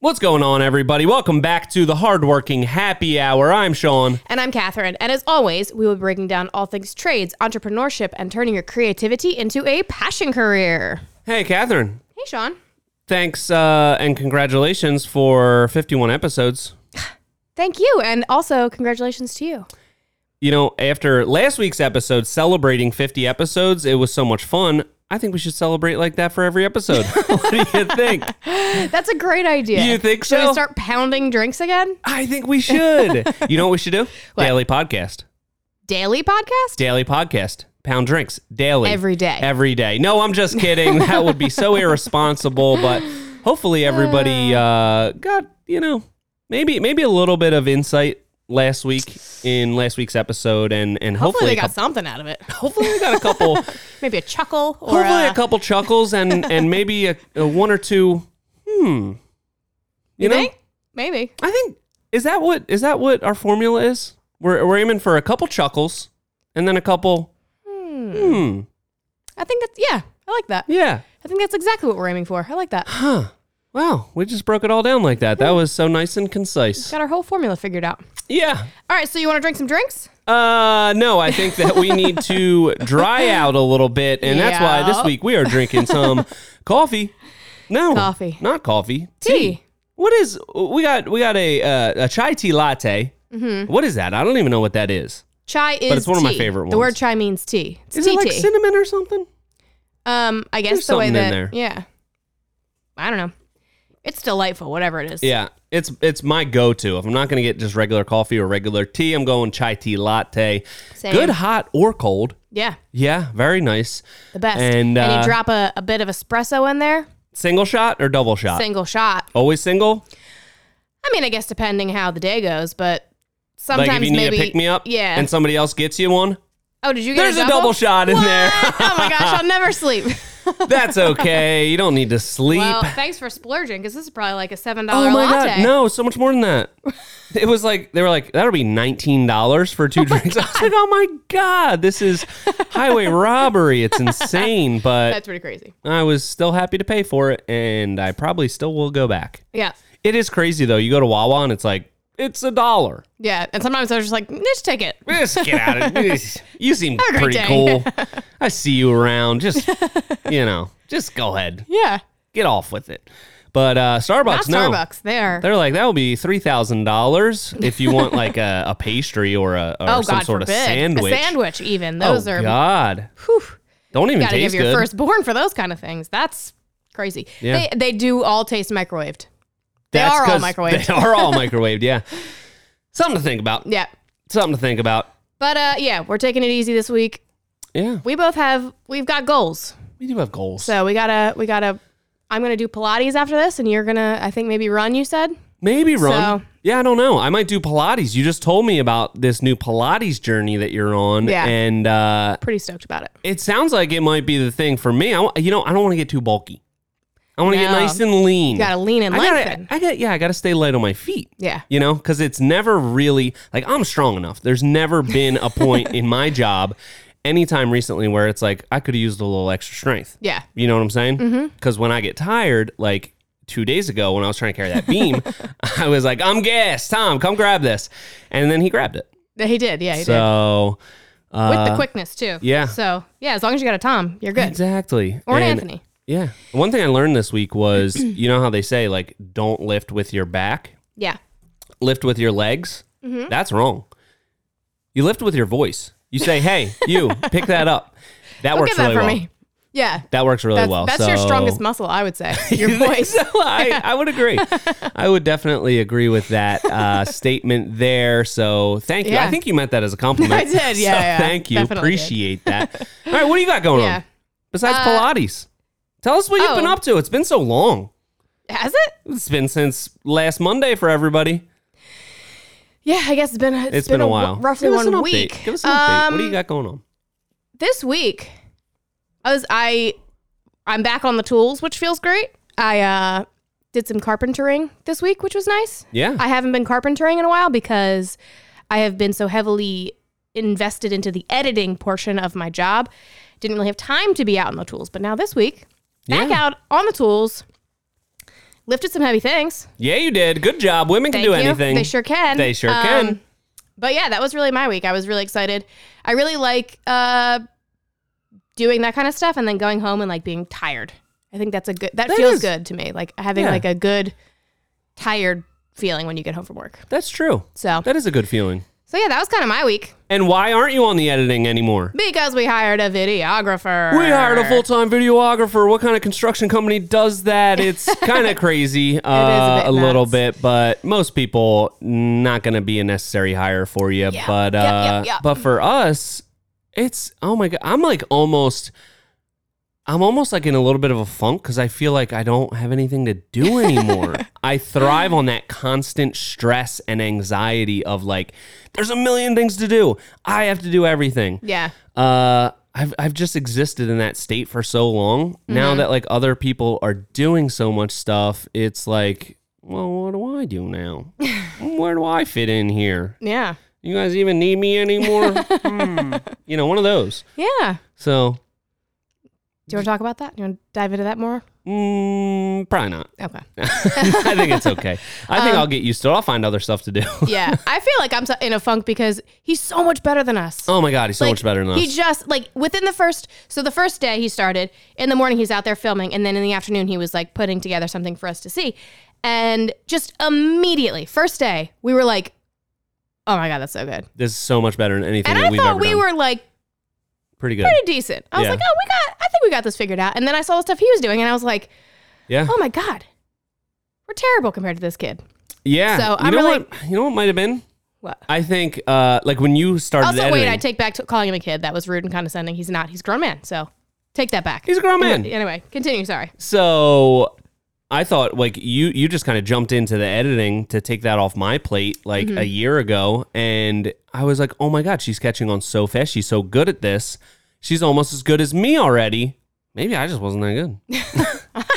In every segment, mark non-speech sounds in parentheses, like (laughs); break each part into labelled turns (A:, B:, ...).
A: What's going on, everybody? Welcome back to the Hardworking Happy Hour. I'm Sean.
B: And I'm Catherine. And as always, we will be breaking down all things trades, entrepreneurship, and turning your creativity into a passion career.
A: Hey, Catherine.
B: Hey, Sean.
A: Thanks uh, and congratulations for 51 episodes.
B: Thank you. And also, congratulations to you.
A: You know, after last week's episode celebrating 50 episodes, it was so much fun. I think we should celebrate like that for every episode. (laughs) what do you (laughs) think?
B: That's a great idea.
A: You think
B: Should
A: so?
B: we start pounding drinks again?
A: I think we should. you know what we should do? Daily podcast.
B: Daily podcast?
A: Daily podcast. Pound drinks daily.
B: Every day.
A: Every day. No, I'm just
B: (laughs)
A: kidding. that would be so irresponsible, but hopefully everybody uh, got, you know, maybe maybe a little bit of insight last week in last week's episode and and hopefully
B: Hopefully, they got something out of it.
A: a couple, hopefully we got a
B: (laughs)
A: couple
B: Maybe a chuckle or
A: hopefully
B: a,
A: a couple chuckles
B: (laughs)
A: and and maybe a, a one or two hmm.
B: you think? Maybe.
A: I think is that what is that what our formula is? We're we're aiming for a couple chuckles and then a couple. Hmm.
B: I think that's, yeah, I like that.
A: Yeah.
B: I think that's exactly what we're aiming for. I
A: (gasps)
B: like that.
A: Wow. We just broke it all down like that. That was so nice and concise.
B: Got our whole formula figured out.
A: Yeah.
B: All right, so you want to drink some drinks?
A: Uh. No. I think that we (laughs) need to dry out a little bit, and that's why this
B: Yeah.
A: week we are drinking (laughs) some coffee. No.
B: Coffee.
A: Not coffee.
B: Tea.
A: What is we got? We got a uh, a chai tea latte. What is that? I don't even know what that is.
B: Chai is
A: it's one of my
B: tea.
A: favorite
B: The word
A: ones.
B: chai means tea. It's
A: Is
B: tea
A: it like
B: tea.
A: cinnamon or something?
B: Um, I guess
A: There's
B: the way
A: something in
B: that
A: there.
B: yeah, I don't know. It's delightful, whatever it is.
A: Yeah, it's it's my go-to. If I'm not going to get just regular coffee or regular tea, I'm going chai tea latte.
B: Same.
A: Good hot or cold.
B: Yeah,
A: Yeah, very nice.
B: the best.
A: And, uh,
B: you drop a, a bit of espresso in there,
A: Single shot or double shot?
B: single shot.
A: Always single?
B: I mean, I guess depending how the day goes, but sometimes
A: Like if you need
B: maybe
A: a pick me up
B: Yeah.
A: and somebody else gets you one?
B: oh, did you get
A: There's
B: a
A: a
B: double,
A: double shot in
B: What?
A: there.
B: (laughs) oh my gosh, I'll never
A: (laughs)
B: sleep.
A: That's okay. You don't need to sleep.
B: well, thanks for splurging because this is probably like a seven dollar
A: oh my
B: latte.
A: god. No, so much more than that.
B: (laughs)
A: It was like they were like that'll be $19 for two drinks. I was like, "Oh my god, this is
B: (laughs)
A: highway robbery. It's insane." But
B: That's pretty crazy.
A: I was still happy to pay for it, and I probably still will go back.
B: Yeah,
A: It is crazy though. You go to Wawa and it's like it's a dollar.
B: yeah. And sometimes I was just like, "Mm, just take it.
A: Just get out of
B: (laughs)
A: it. You seem
B: a great
A: pretty
B: day. (laughs)
A: cool. I see you around. Just you know, just go ahead,
B: Yeah,
A: get off with it. But uh, Starbucks,
B: not
A: no,
B: Starbucks. There.
A: they're like that will be three thousand dollars if you want like a, a pastry or a or
B: oh
A: some
B: God
A: sort
B: forbid.
A: of sandwich.
B: A sandwich, even those
A: oh
B: are
A: God, don't even
B: gotta
A: taste
B: give your
A: good.
B: firstborn for those kind of things. That's crazy.
A: Yeah.
B: They they do all taste microwaved. They
A: That's
B: are all
A: 'cause
B: microwaved.
A: They are
B: (laughs)
A: all microwaved. Yeah, something to think about.
B: Yeah.
A: something to think about.
B: But uh yeah, we're taking it easy this week.
A: Yeah,
B: We both have we've got goals.
A: we do have goals.
B: So we gotta we gotta I'm gonna do Pilates after this and you're gonna I think maybe run, you said?
A: Maybe run.
B: So-
A: yeah, I don't know. I might do Pilates. You just told me about this new Pilates journey that you're on,
B: Yeah.
A: and uh,
B: Pretty stoked about it.
A: it sounds like it might be the thing for me. I, wa- you know, I don't want to get too bulky. I want to get
B: No.
A: nice and lean.
B: You gotta lean and
A: I
B: lengthen.
A: gotta, I got, yeah, I gotta stay light on my feet.
B: Yeah.
A: you know, because it's never really like I'm strong enough. There's never been a
B: (laughs)
A: point in my job, anytime recently, where it's like I could have used a little extra strength.
B: Yeah.
A: You know what I'm saying?
B: Mm-hmm.
A: Because when I get tired, like two days ago when I was trying to carry that
B: (laughs)
A: beam, I was like, I'm gassed. Tom, come grab this. And then he grabbed it.
B: He did, yeah, he did.
A: So,
B: With
A: uh,
B: the quickness too.
A: yeah.
B: So yeah, as long as you got a Tom, you're good.
A: exactly.
B: Or an
A: And-
B: Anthony.
A: Yeah. One thing I learned this week was (clears throat) you know how they say, like, don't lift with your back,
B: Yeah.
A: lift with your legs?
B: Mm-hmm.
A: That's wrong. You lift with your voice. You say, hey, you, pick that
B: (laughs)
A: up. That
B: Look
A: works
B: at that
A: really
B: for
A: well.
B: me. Yeah.
A: That works really
B: That's,
A: well.
B: that's your
A: So-
B: strongest muscle, I
A: (laughs)
B: would say. Your (laughs)
A: You think
B: voice.
A: so? I, I would agree. (laughs) I would definitely agree with that
B: (laughs)
A: uh, statement there. So thank you. I
B: Yeah.
A: think you meant that
B: (laughs)
A: as a compliment.
B: I did.
A: (laughs)
B: Yeah,
A: So
B: yeah.
A: Thank you.
B: Definitely did.
A: Appreciate
B: (laughs)
A: that. All right. What do you got going
B: Yeah. Uh,
A: on besides Pilates? Tell us what you've been
B: oh.
A: up to. It's been so long.
B: Has it?
A: It's been since last Monday for everybody.
B: Yeah, I guess it's been
A: it's been, a while.
B: roughly
A: Give us
B: one
A: an update.
B: week.
A: Give us an update. what
B: Um,
A: do you got going on?
B: This week, I was I I'm back on the tools, which feels great. I uh, did some carpentering this week, which was nice.
A: Yeah.
B: I haven't been carpentering in a while because I have been so heavily invested into the editing portion of my job. Didn't really have time to be out on the tools, but now this week, back
A: Yeah.
B: out on the tools, lifted some heavy things.
A: Yeah, you did. Good job. Women can
B: Thank
A: do
B: you.
A: anything.
B: They sure can. Um,
A: They sure can.
B: But yeah, that was really my week. I was really excited. I really like uh, doing that kind of stuff and then going home and like being tired. I think that's a good. That,
A: That
B: feels
A: is-
B: good to me. Like having
A: Yeah.
B: like a good tired feeling when you get home from work.
A: That's true.
B: So
A: That is a good feeling.
B: so yeah, that was kind of my week
A: And why aren't you on the editing anymore?
B: because we hired a videographer.
A: We hired a full time videographer. What kind of construction company does that?
B: (laughs)
A: It's kind of crazy, uh,
B: bit
A: little
B: nuts.
A: bit, but most people not going to be a necessary hire for you.
B: Yeah.
A: But uh,
B: Yep, yep, yep.
A: but for us, it's oh my god, I'm like almost. I'm almost like in a little bit of a funk because I feel like I don't have anything to
B: (laughs)
A: do anymore. I thrive on that constant stress and anxiety of like, there's a million things to do. I have to do everything
B: Yeah.
A: uh I've I've just existed in that state for so long.
B: Mm-hmm.
A: Now that like other people are doing so much stuff, it's like, well, what do I do
B: (laughs)
A: now? Where do I fit in here?
B: Yeah.
A: You guys even need me anymore? Hmm. You know, one of those.
B: Yeah.
A: So,
B: Do you want to talk about that? You want to dive into that more?
A: mm, probably not. (laughs)
B: Okay.
A: I think it's okay. I think I'll get used to it. I'll find other stuff to do.
B: Um, (laughs) Yeah. I feel like I'm so- in a funk because he's so much better than us.
A: oh my god, he's so much better than us.
B: He just like within the first so the first day he started in the morning he's out there filming and then in the afternoon he was like putting together something for us to see and just immediately first day we were like oh my god that's so good
A: this is so much better than anything
B: and
A: that
B: I
A: we've
B: thought
A: ever
B: we
A: done.
B: were like
A: Pretty good.
B: pretty decent I was
A: Yeah.
B: like oh we got I think we got this figured out and then I saw the stuff he was doing and I was like
A: yeah.
B: oh my god we're terrible compared to this kid
A: Yeah.
B: So,
A: you
B: I'm
A: know
B: really-
A: what? You know what might have been?
B: what
A: I think, uh, like when you started
B: also
A: editing,
B: wait I take back to calling him a kid that was rude and condescending he's not he's a grown man so take that back
A: he's a grown man.
B: anyway continue sorry (laughs)
A: So I thought, like you, you just kind of jumped into the editing to take that off my plate, like
B: Mm-hmm.
A: a year ago, and I was like, oh my god, she's catching on so fast. She's so good at this. She's almost as good as me already. Maybe I just wasn't that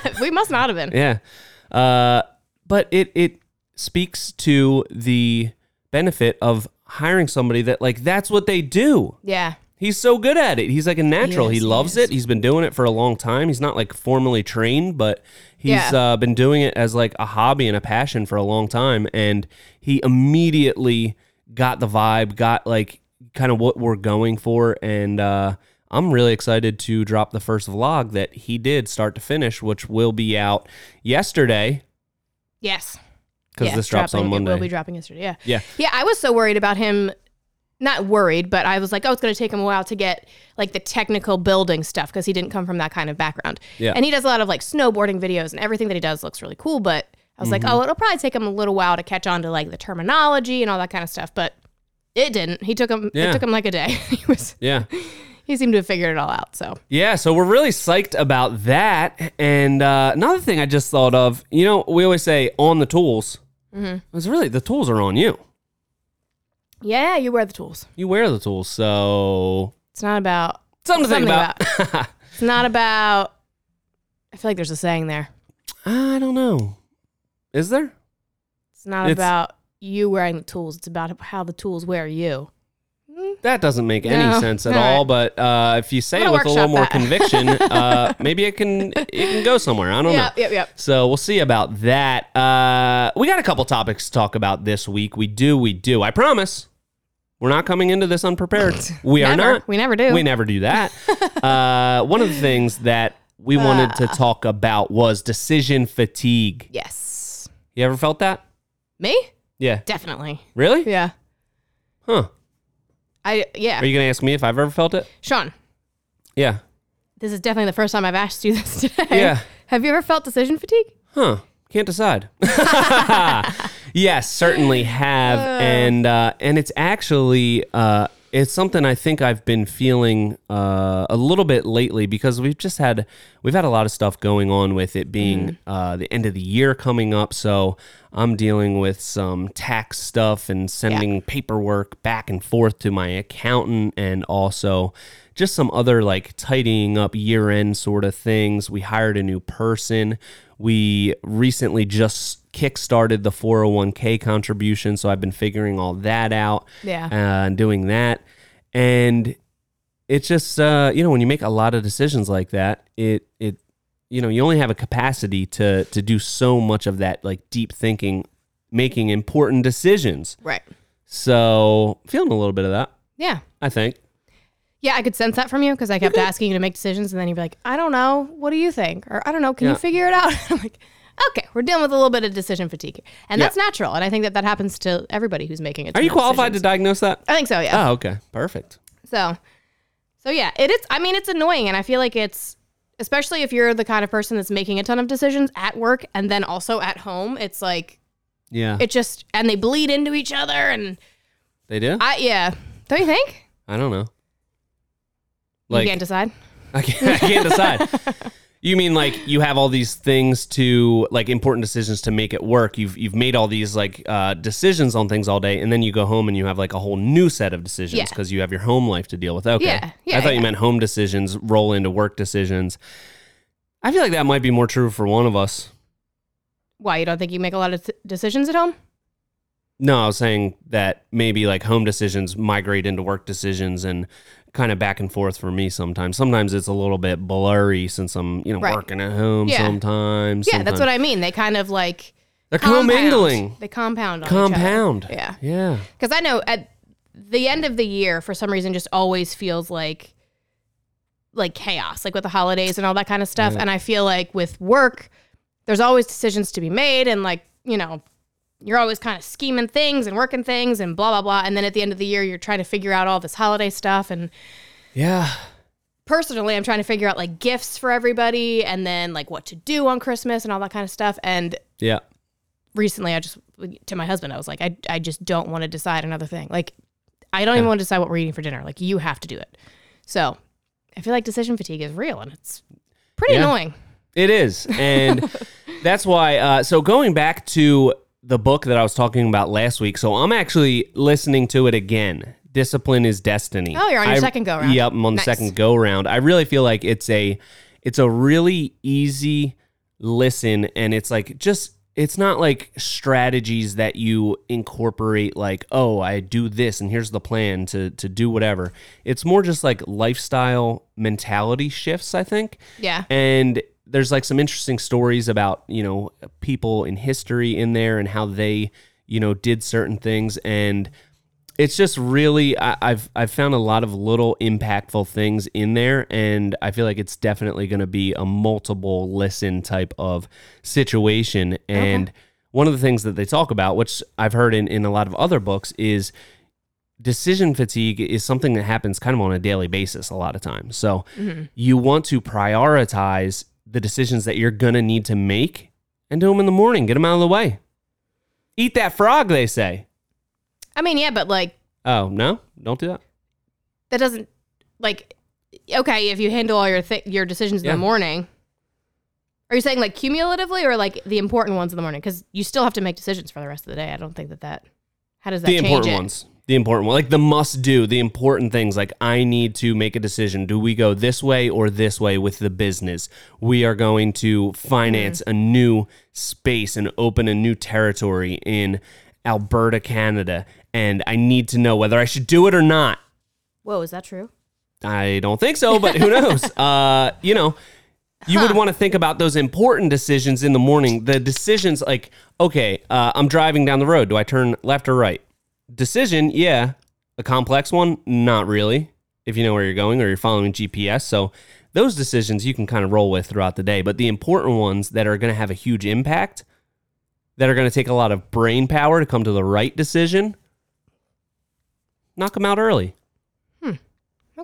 A: good.
B: (laughs) we must not have been
A: Yeah. Uh, but it it speaks to the benefit of hiring somebody that like that's what they do.
B: yeah.
A: He's so good at it. He's like a natural. He,
B: is, he
A: loves it. He's been doing it for a long time. He's not like formally trained, but he's
B: Yeah.
A: uh, been doing it as like a hobby and a passion for a long time. And he immediately got the vibe, got like kind of what we're going for. And uh, I'm really excited to drop the first vlog that he did start to finish, which will be out yesterday
B: Yes.
A: because
B: Yes,
A: this drops
B: dropping,
A: on
B: It will
A: Monday.
B: be dropping yesterday. Yeah.
A: yeah.
B: Yeah. I was so worried about him. Not worried, but I was like, oh, it's going to take him a while to get like the technical building stuff because he didn't come from that kind of background.
A: Yeah.
B: And he does a lot of like snowboarding videos and everything that he does looks really cool. But I was
A: Mm-hmm.
B: like, oh, it'll probably take him a little while to catch on to like the terminology and all that kind of stuff. But it didn't. He took him.
A: Yeah.
B: It took him like a day. (laughs) he was.
A: Yeah.
B: He seemed to have figured it all out. So
A: Yeah, so we're really psyched about that. And uh, another thing I just thought of, you know, we always say on the tools.
B: Mm-hmm.
A: It's really the tools are on you.
B: yeah, you wear the tools.
A: You wear the tools, so
B: It's not about.
A: something to think
B: Something
A: about. (laughs)
B: It's not about. I feel like there's a saying there.
A: I don't know. Is there?
B: It's not
A: It's-
B: about you wearing the tools. It's about how the tools wear you.
A: That doesn't make any
B: No.
A: sense at
B: All
A: all. But uh, if you say
B: I'm
A: it
B: gonna
A: with a little
B: workshop
A: more
B: that.
A: conviction, uh,
B: (laughs)
A: maybe it can it can go somewhere. I don't know.
B: yep, yep.
A: So we'll see about that. Uh, we got a couple topics to talk about this week. We do, we do. I promise. We're not coming into this
B: (laughs)
A: unprepared. We are
B: Never.
A: not.
B: We never do.
A: We never do
B: (laughs)
A: that. uh, one of the things that we
B: Uh,
A: wanted to talk about was decision fatigue.
B: yes.
A: You ever felt that?
B: Me?
A: Yeah.
B: Definitely.
A: Really?
B: Yeah.
A: Huh.
B: I yeah.
A: Are you going to ask me if I've ever felt it?
B: Sean,
A: Yeah.
B: this is definitely the first time I've asked you (laughs) this today.
A: Yeah.
B: Have you ever felt decision fatigue?
A: Huh. Can't decide. yes, certainly have. And uh, and it's actually uh, it's something I think I've been feeling uh, a little bit lately because we've just had we've had a lot of stuff going on with it being uh, the end of the year coming up. So I'm dealing with some tax stuff and sending paperwork back and forth to my accountant and also just some other like tidying up year end sort of things. We hired a new person. We recently just kickstarted the 401k contribution, so I've been figuring all that out
B: Yeah.
A: uh, and doing that. And it's just uh, you know when you make a lot of decisions like that, it it you know you only have a capacity to to do so much of that like deep thinking, making important decisions.
B: Right.
A: So feeling a little bit of that,
B: Yeah.
A: I think.
B: Yeah, I could sense that from you because I kept asking you to make decisions, and then you'd be like, "I don't know. What do you think?" Or "I don't know. Can you
A: Yeah.
B: figure it out?" (laughs) I'm like, "Okay, we're dealing with a little bit of decision fatigue, and
A: Yeah.
B: that's natural. And I think that that happens to everybody who's making it.
A: Are you qualified to diagnose that?
B: I think so. Yeah.
A: Oh, okay, perfect.
B: So, so yeah, it is. I mean, it's annoying, and I feel like it's especially if you're the kind of person that's making a ton of decisions at work and then also at home. It's like
A: Yeah,
B: it just and they bleed into each other, and
A: they do. I,
B: I yeah, don't you think?
A: don't know.
B: you can't decide.
A: I can't, I can't decide. You mean like you have all these things to like important decisions to make at work. You've you've made all these like uh, decisions on things all day, and then you go home and you have like a whole new set of decisions
B: Yeah.
A: because you have your home life to deal with. Okay,
B: Yeah, yeah,
A: I thought
B: yeah.
A: you meant home decisions roll into work decisions. I feel like that might be more true for one of us.
B: Why you don't think you make a lot of th- decisions at home?
A: No, I was saying that maybe like home decisions migrate into work decisions and kind of back and forth for me sometimes. Sometimes it's a little bit blurry since I'm, you know,
B: Right.
A: working at home
B: Yeah.
A: sometimes.
B: Yeah, that's what I mean. They kind of like
A: They're
B: compound.
A: commingling.
B: They compound. On
A: Compound.
B: Each other. Yeah,
A: Yeah.
B: because I know at the end of the year, for some reason, just always feels like like chaos, like with the holidays and all that kind of stuff. And I feel like with work, there's always decisions to be made, and like you know, you're always kind of scheming things and working things and blah blah blah. And then at the end of the year, you're trying to figure out all this holiday stuff and
A: Yeah.
B: personally i'm trying to figure out like gifts for everybody and then like what to do on christmas and all that kind of stuff and
A: Yeah.
B: recently i just to my husband i was like i, I just don't want to decide another thing like i don't even want to decide what we're eating for dinner like you have to do it so i feel like decision fatigue is real and it's pretty
A: Yeah.
B: annoying
A: It is.
B: (laughs)
A: And that's why. Uh, so going back to the book that I was talking about last week, so I'm actually listening to it again. Discipline is destiny.
B: Oh, you're on your
A: I-
B: second go-round.
A: Yep, I'm on
B: Nice.
A: the second go round. I really feel like it's a it's a really easy listen, and it's like just it's not like strategies that you incorporate like oh I do this and here's the plan to to do whatever. It's more just like lifestyle mentality shifts. I think
B: yeah
A: and there's like some interesting stories about you know people in history in there and how they you know did certain things and it's just really I, I've I've found a lot of little impactful things in there and I feel like it's definitely going to be a multiple listen type of situation and one of the things that they talk about which I've heard in in a lot of other books is decision fatigue is something that happens kind of on a daily basis a lot of times. So you want to prioritize the decisions that you're going to need to make and do them in the morning. Get them out of the way. Eat that frog, they say.
B: i mean yeah but like
A: Oh, no, don't do that.
B: that doesn't like okay if you handle all your th- your decisions in
A: Yeah.
B: the morning are you saying like cumulatively or like the important ones in the morning because you still have to make decisions for the rest of the day i don't think that that how does that
A: the
B: change
A: important
B: it?
A: ones. The important one, like the must do, the important things. Like I need to make a decision. Do we go this way or this way with the business? We are going to finance
B: Mm-hmm.
A: a new space and open a new territory in Alberta, Canada, and I need to know whether I should do it or not.
B: whoa is that true
A: I don't think so, but
B: (laughs)
A: who knows? Uh, you know, you would want to think about those important decisions in the morning. The decisions like, okay, uh, I'm driving down the road. Do I turn left or right? Decision, yeah. A complex one, not really. If you know where you're going or you're following GPS, so those decisions you can kind of roll with throughout the day. But the important ones that are going to have a huge impact, that are going to take a lot of brain power to come to the right decision, knock them out early.
B: Hmm.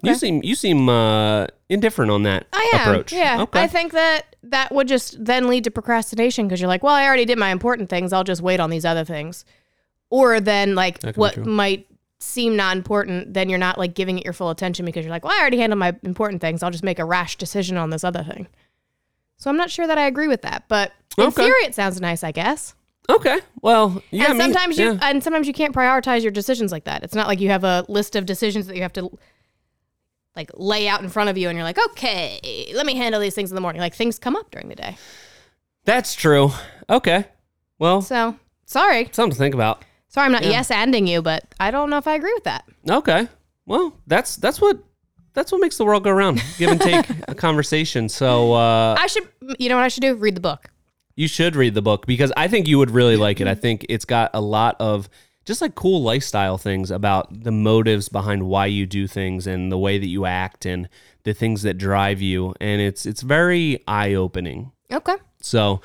A: You seem you seem uh, indifferent on that
B: I am.
A: approach.
B: Yeah.
A: Okay.
B: I think that that would just then lead to procrastination because you're like, well, I already did my important things. I'll just wait on these other things. Or then, like,
A: That could be
B: what
A: true.
B: might seem not important, then you're not like giving it your full attention because you're like, well, I already handled my important things. I'll just make a rash decision on this other thing. So I'm not sure that I agree with that. But in
A: Okay.
B: theory, it sounds nice, I guess.
A: okay. Well, yeah. I
B: and
A: mean,
B: sometimes you
A: yeah.
B: and sometimes you can't prioritize your decisions like that. It's not like you have a list of decisions that you have to like lay out in front of you and you're like, "Okay, let me handle these things in the morning." Like things come up during the day.
A: that's true. Okay. Well,
B: So, sorry.
A: something to think about.
B: Sorry I'm not yes ending you, but I don't know if I agree with that.
A: Okay. Well, that's that's what that's what makes the world go round. Give and
B: (laughs)
A: take a conversation. So uh,
B: I should, you know what I should do? Read the book.
A: you should read the book because I think you would really like it. I think it's got a lot of just like cool lifestyle things about the motives behind why you do things and the way that you act and the things that drive you. And it's it's very eye opening.
B: Okay.
A: So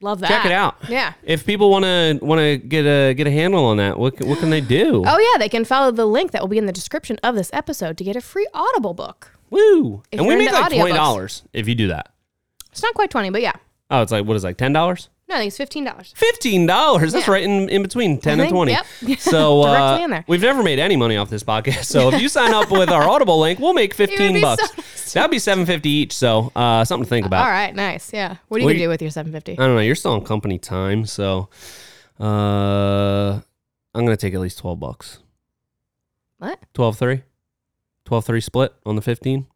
B: Love that.
A: check it out.
B: Yeah.
A: If people want to want to get a get a handle on that, what c- what can they do?
B: Oh, yeah. They can follow the link that will be in the description of this episode to get a free Audible book.
A: Woo!
B: If
A: And we
B: you're
A: make
B: into
A: like
B: audiobooks.
A: twenty dollars if you do that.
B: It's not quite 20, but yeah.
A: Oh, it's like what is it, like ten dollars?
B: No, I think it's $15.
A: Fifteen dollars. That's
B: Yeah.
A: right in, in between ten
B: I
A: and
B: think,
A: twenty.
B: yep.
A: (laughs)
B: (laughs)
A: So uh,
B: Directly in there.
A: we've never made any money off this podcast. So if you sign up with
B: (laughs)
A: our Audible link, we'll make fifteen
B: be so (laughs)
A: bucks. That'd be seven fifty each. So uh, something to think about.
B: All right. Nice. Yeah. What are you
A: What do
B: going
A: Uh,
B: to do with your 750?
A: I don't know. You're still on company time, so uh, I'm gonna take at least twelve bucks.
B: What?
A: 12 3 12 3 split on the
B: (laughs)
A: 15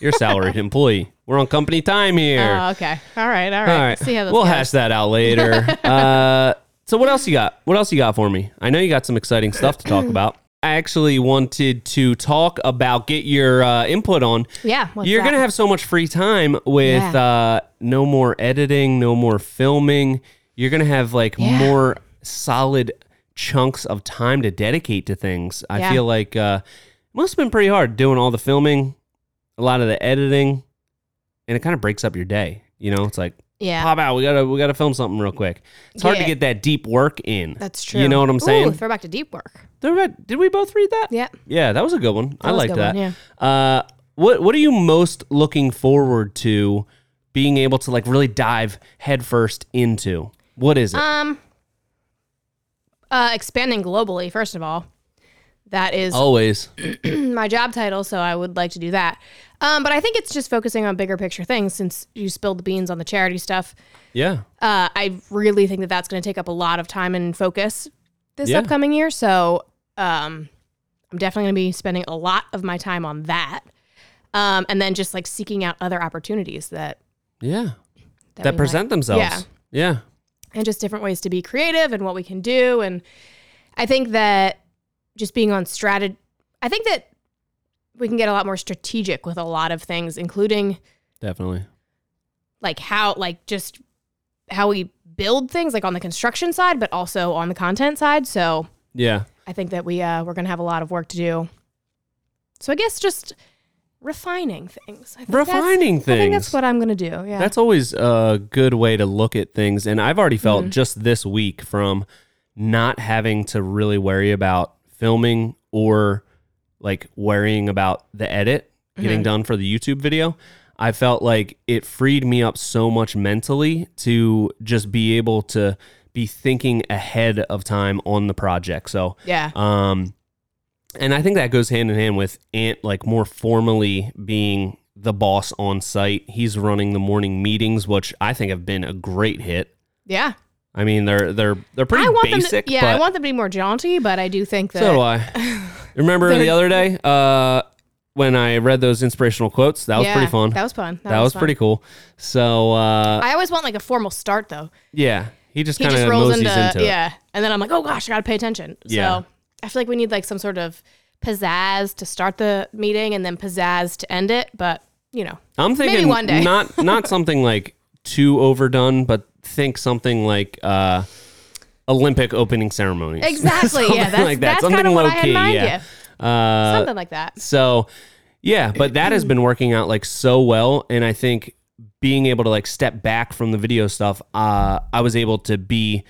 A: you're a salaried employee we're on company time here
B: Oh, okay. All right. All right.
A: all right
B: See how this
A: we'll
B: goes.
A: hash that out
B: (laughs)
A: later uh, so what else you got what else you got for me i know you got some exciting stuff to talk about i actually wanted to talk about get your uh, input on
B: yeah. what's
A: you're
B: that?
A: gonna have so much free time with
B: Yeah.
A: uh, no more editing, no more filming. You're gonna have like
B: Yeah.
A: more solid chunks of time to dedicate to things. I
B: Yeah.
A: feel like uh, it must have been pretty hard doing all the filming, a lot of the editing, and it kind of breaks up your day. You know, it's like
B: Yeah.
A: pop out. We gotta we gotta film something real quick. It's hard to
B: Yeah.
A: get that deep work in.
B: That's true.
A: You know what I'm
B: Ooh,
A: saying?
B: throwback to deep work.
A: Did we- Did we both read that?
B: Yeah.
A: Yeah, that was a good one. I
B: was a
A: like
B: good
A: that.
B: one, yeah.
A: Uh, what What are you most looking forward to being able to like really dive headfirst into? What is it?
B: Um, uh, expanding globally, first of all. That is
A: Always.
B: my job title, so I would like to do that. Um, but I think it's just focusing on bigger picture things since you spilled the beans on the charity stuff.
A: Yeah.
B: Uh, I really think that that's going to take up a lot of time and focus this
A: Yeah.
B: upcoming year. So um, I'm definitely going to be spending a lot of my time on that. Um, and then just like seeking out other opportties that,
A: Yeah.
B: that,
A: That
B: we
A: present themselves.
B: Yeah.
A: Yeah.
B: might- and just different ways to be creative and what we can do. And I think that just being on strategy, I think that we can get a lot more strategic with a lot of things, including
A: Definitely.
B: like how like just how we build things like on the construction side but also on the content side so
A: Yeah.
B: i think that we uh we're gonna have a lot of work to do so i guess just refining things I think that's-
A: Refining
B: i think that's
A: things.
B: what i'm gonna do yeah
A: That's always a good way to look at things. And I've already felt just this week from not having to really worry about filming or like worrying about the edit getting done for the YouTube video. I felt like it freed me up so much mentally to just be able to be thinking ahead of time on the project. So,
B: yeah
A: um, and I think that goes hand in hand with Ant, like more formally being the boss on site. He's running the morning meetings, which I think have been a great hit.
B: yeah
A: I mean, they're they're they're pretty
B: i want them
A: basic.
B: to, yeah
A: but
B: i want them to be more jaunty but i do think that
A: so do
B: (laughs)
A: I. Remember the other day uh, when I read those inspirational quotes? That was
B: yeah,
A: pretty fun.
B: that was fun
A: That was
B: fun.
A: pretty cool. So uh,
B: i always want like a formal start though
A: yeah, he just
B: he
A: kind of
B: just rolls
A: moseys
B: into,
A: into, it.
B: yeah and then i'm like oh gosh i gotta pay attention
A: Yeah.
B: so i feel like we need like some sort of pizzazz to start the meeting and then pizzazz to end it but you know
A: I'm thinking
B: one day.
A: not
B: (laughs)
A: not something like too overdone, but think something like uh, Olympic opening ceremonies. (laughs)
B: exactly
A: (laughs)
B: yeah
A: Something
B: that's, that's kind of what i had in mind yeah,
A: Uh,
B: something like that
A: so yeah, but that has been working out like so well, and I think being able to like step back from the video stuff, uh, I was able to be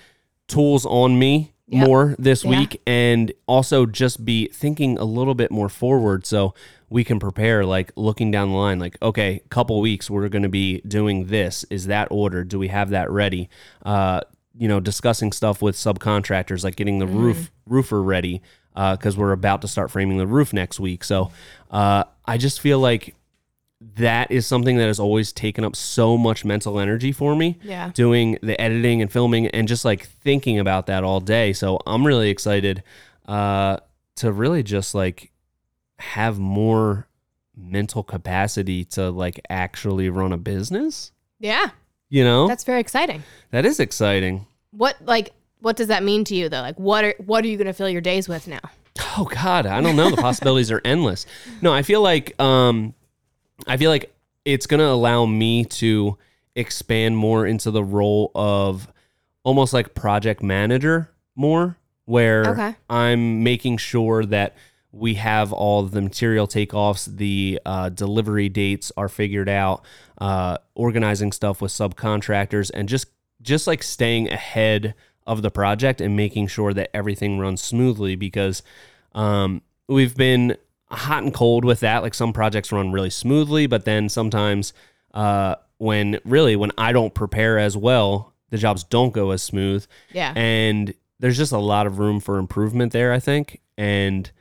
A: tools on me
B: Yep.
A: more this
B: Yeah.
A: week, and also just be thinking a little bit more forward, so we can prepare. Like looking down the line, like okay, couple weeks we're going to be doing this. Is that order? Do we have that ready? Uh, you know, discussing stuff with subcontractors, like getting the
B: Mm-hmm.
A: roof roofer ready because we're about to start framing the roof next week. So uh, I just feel like that is something that has always taken up so much mental energy for me.
B: Yeah.
A: Doing the editing and filming and just like thinking about that all day. So I'm really excited uh, to really just like have more mental capacity to like actually run a business.
B: yeah
A: You know,
B: that's very exciting
A: that is exciting.
B: what like what does that mean to you though like what are what are you gonna fill your days with now
A: (laughs) Oh God, I don't know. The possibilities are endless. No, I feel like um, I feel like it's gonna allow me to expand more into the role of almost like project manager more, where
B: Okay.
A: I'm making sure that we have all of the material takeoffs, the uh, delivery dates are figured out, uh, organizing stuff with subcontractors, and just just like staying ahead of the project and making sure that everything runs smoothly because um, we've been hot and cold with that. Like some projects run really smoothly, but then sometimes uh, when really when I don't prepare as well, the jobs don't go as smooth.
B: Yeah.
A: And there's just a lot of room for improvement there, I think. And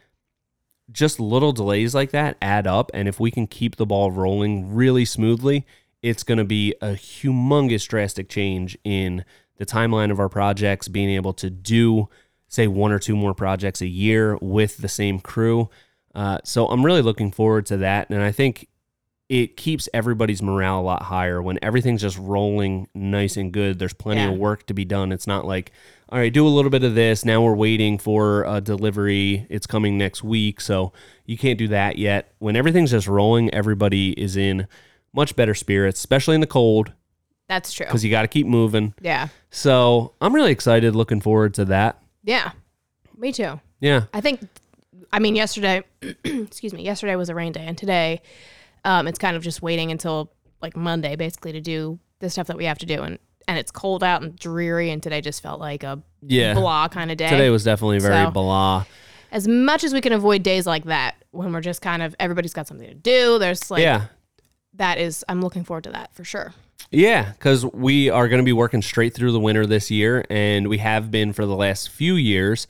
A: just little delays like that add up. And if we can keep the ball rolling really smoothly, it's going to be a humongous drastic change in the timeline of our projects, being able to do, say, one or two more projects a year with the same crew. Uh, so I'm really looking forward to that. And I think it keeps everybody's morale a lot higher when everything's just rolling nice and good. There's plenty
B: Yeah.
A: of work to be done. It's not like, all right, do a little bit of this. Now we're waiting for a delivery. It's coming next week. So you can't do that yet. When everything's just rolling, everybody is in much better spirits, especially in the cold,
B: That's true.
A: because you got to keep moving.
B: Yeah.
A: So I'm really excited, looking forward to that.
B: Yeah. Me too.
A: Yeah.
B: I think, I mean, yesterday, (clears throat) excuse me, yesterday was a rain day, and today, um, it's kind of just waiting until like Monday, basically, to do the stuff that we have to do, and and it's cold out and dreary, and today just felt like a
A: Yeah.
B: blah kind of day.
A: Today was definitely very
B: So-
A: blah.
B: as much as we can avoid days like that, when we're just kind of everybody's got something to do. There's like
A: Yeah.
B: that is I'm looking forward to that for sure.
A: Yeah, because we are going to be working straight through the winter this year, and we have been for the last few years.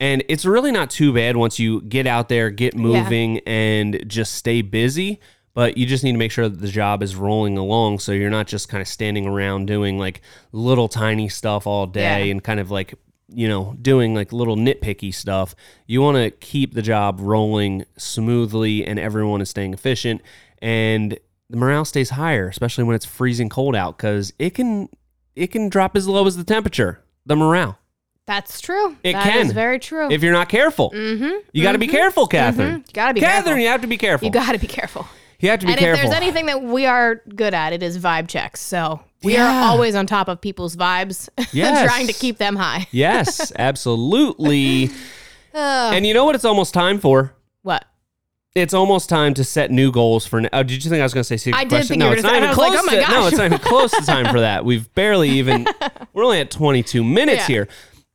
A: And it's really not too bad once you get out there, get moving, and just stay busy. But you just need to make sure that the job is rolling along so you're not just kind of standing around doing like little tiny stuff all day
B: Yeah.
A: and kind of like, you know, doing like little nitpicky stuff. You want to keep the job rolling smoothly and everyone is staying efficient. And the morale stays higher, especially when it's freezing cold out, because it can it can drop as low as the temperature. The morale,
B: That's true.
A: It
B: That is
A: can.
B: very true.
A: if you're not careful, mm-hmm, you got to be careful, Catherine.
B: Mhm. Gotta be
A: Catherine.
B: careful.
A: You have to be careful.
B: you got to be careful.
A: You have to be
B: and
A: careful.
B: if there's anything that we are good at, it is vibe checks. So we
A: Yeah.
B: are always on top of people's vibes, (laughs)
A: Yes.
B: trying to keep them high. (laughs)
A: yes, absolutely.
B: Ugh.
A: and you know what? It's almost time for.
B: what?
A: It's almost time to set new goals for. Oh, did you think I was going to say secret
B: I did
A: question?
B: think
A: no,
B: you were
A: it's
B: gonna
A: not
B: say-
A: even
B: I
A: close.
B: was like, oh my
A: to, no,
B: gosh.
A: it's not even close to time for that. We've barely
B: (laughs)
A: even. We're only at 22 minutes
B: Yeah.
A: here.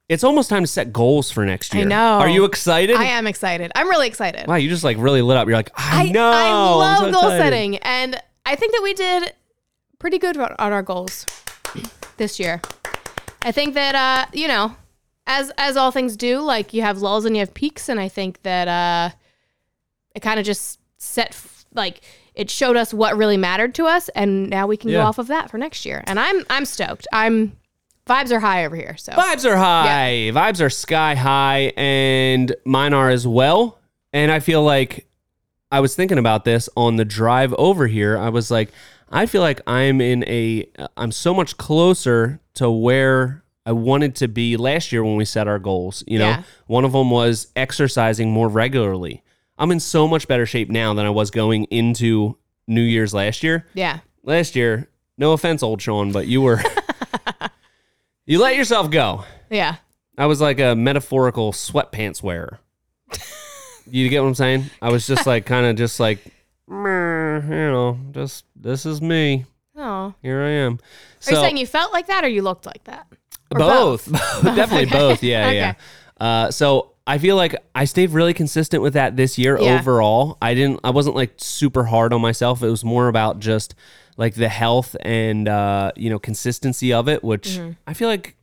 A: It's almost time to set goals for next year.
B: know.
A: Are you excited?
B: I am excited. I'm really excited.
A: Wow, you just like really lit up. You're like, I,
B: I,
A: know.
B: I love
A: I'm so
B: goal
A: excited.
B: setting, and I think that we did pretty good on on our goals (clears throat) this year. I think that uh, you know, as as all things do, like you have lulls and you have peaks, and I think that uh, it kind of just set f- like it showed us what really mattered to us, and now we can go
A: Yeah.
B: off of that for next year. And I'm I'm stoked. I'm vibes are high over here. So
A: Vibes are high. Vibes are sky high, and mine are as well. And I feel like I was thinking about this on the drive over here. I was like, I feel like I'm in a, I'm so much closer to where I wanted to be last year when we set our goals. You know,
B: Yeah.
A: one of them was exercising more regularly. I'm in so much better shape now than I was going into New Year's last year.
B: yeah,
A: last year, no offense, old Sean, but you were you let yourself go.
B: yeah,
A: I was like a metaphorical sweatpants wearer. you get what I'm saying? I was just like kind of just like "Meh, you know, just this is me.
B: oh.
A: Here I am.
B: Are you saying you felt like that or you looked like that? Or
A: both, (laughs) definitely
B: Okay.
A: both. Yeah,
B: Okay.
A: yeah. Uh, so I feel like I stayed really consistent with that this year
B: Yeah.
A: overall. I didn't. I wasn't like super hard on myself. It was more about just like the health and uh, you know consistency of it, which
B: Mm-hmm.
A: I feel like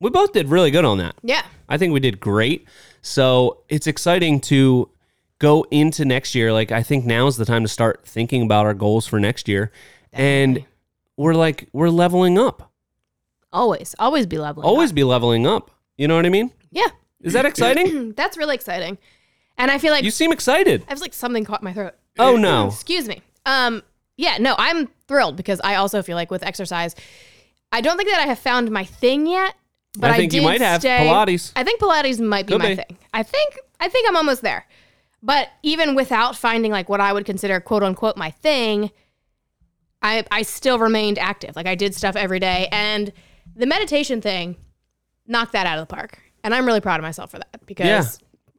A: we both did really good on that.
B: Yeah.
A: I think we did great. So it's exciting to go into next year. Like I think now is the time to start thinking about our goals for next year, and we're like we're leveling up.
B: Always, always be leveling. up.
A: Always be leveling up. You know what I mean?
B: Yeah.
A: Is that exciting?
B: (clears throat) That's really exciting. And I feel like
A: you seem excited.
B: I was like something caught my throat.
A: Oh,
B: (clears throat)
A: no.
B: Excuse me. Um yeah, no, I'm thrilled because I also feel like with exercise I don't think that I have found my thing yet, but
A: I
B: I
A: think you
B: did
A: might have
B: stay-
A: Pilates.
B: I think Pilates might be
A: Could
B: my
A: be.
B: thing. I think I think I'm almost there. But even without finding like what I would consider quote unquote my thing, I I still remained active. Like I did stuff every day and the meditation thing knocked that out of the park. And I'm really proud of myself for that because
A: Yeah.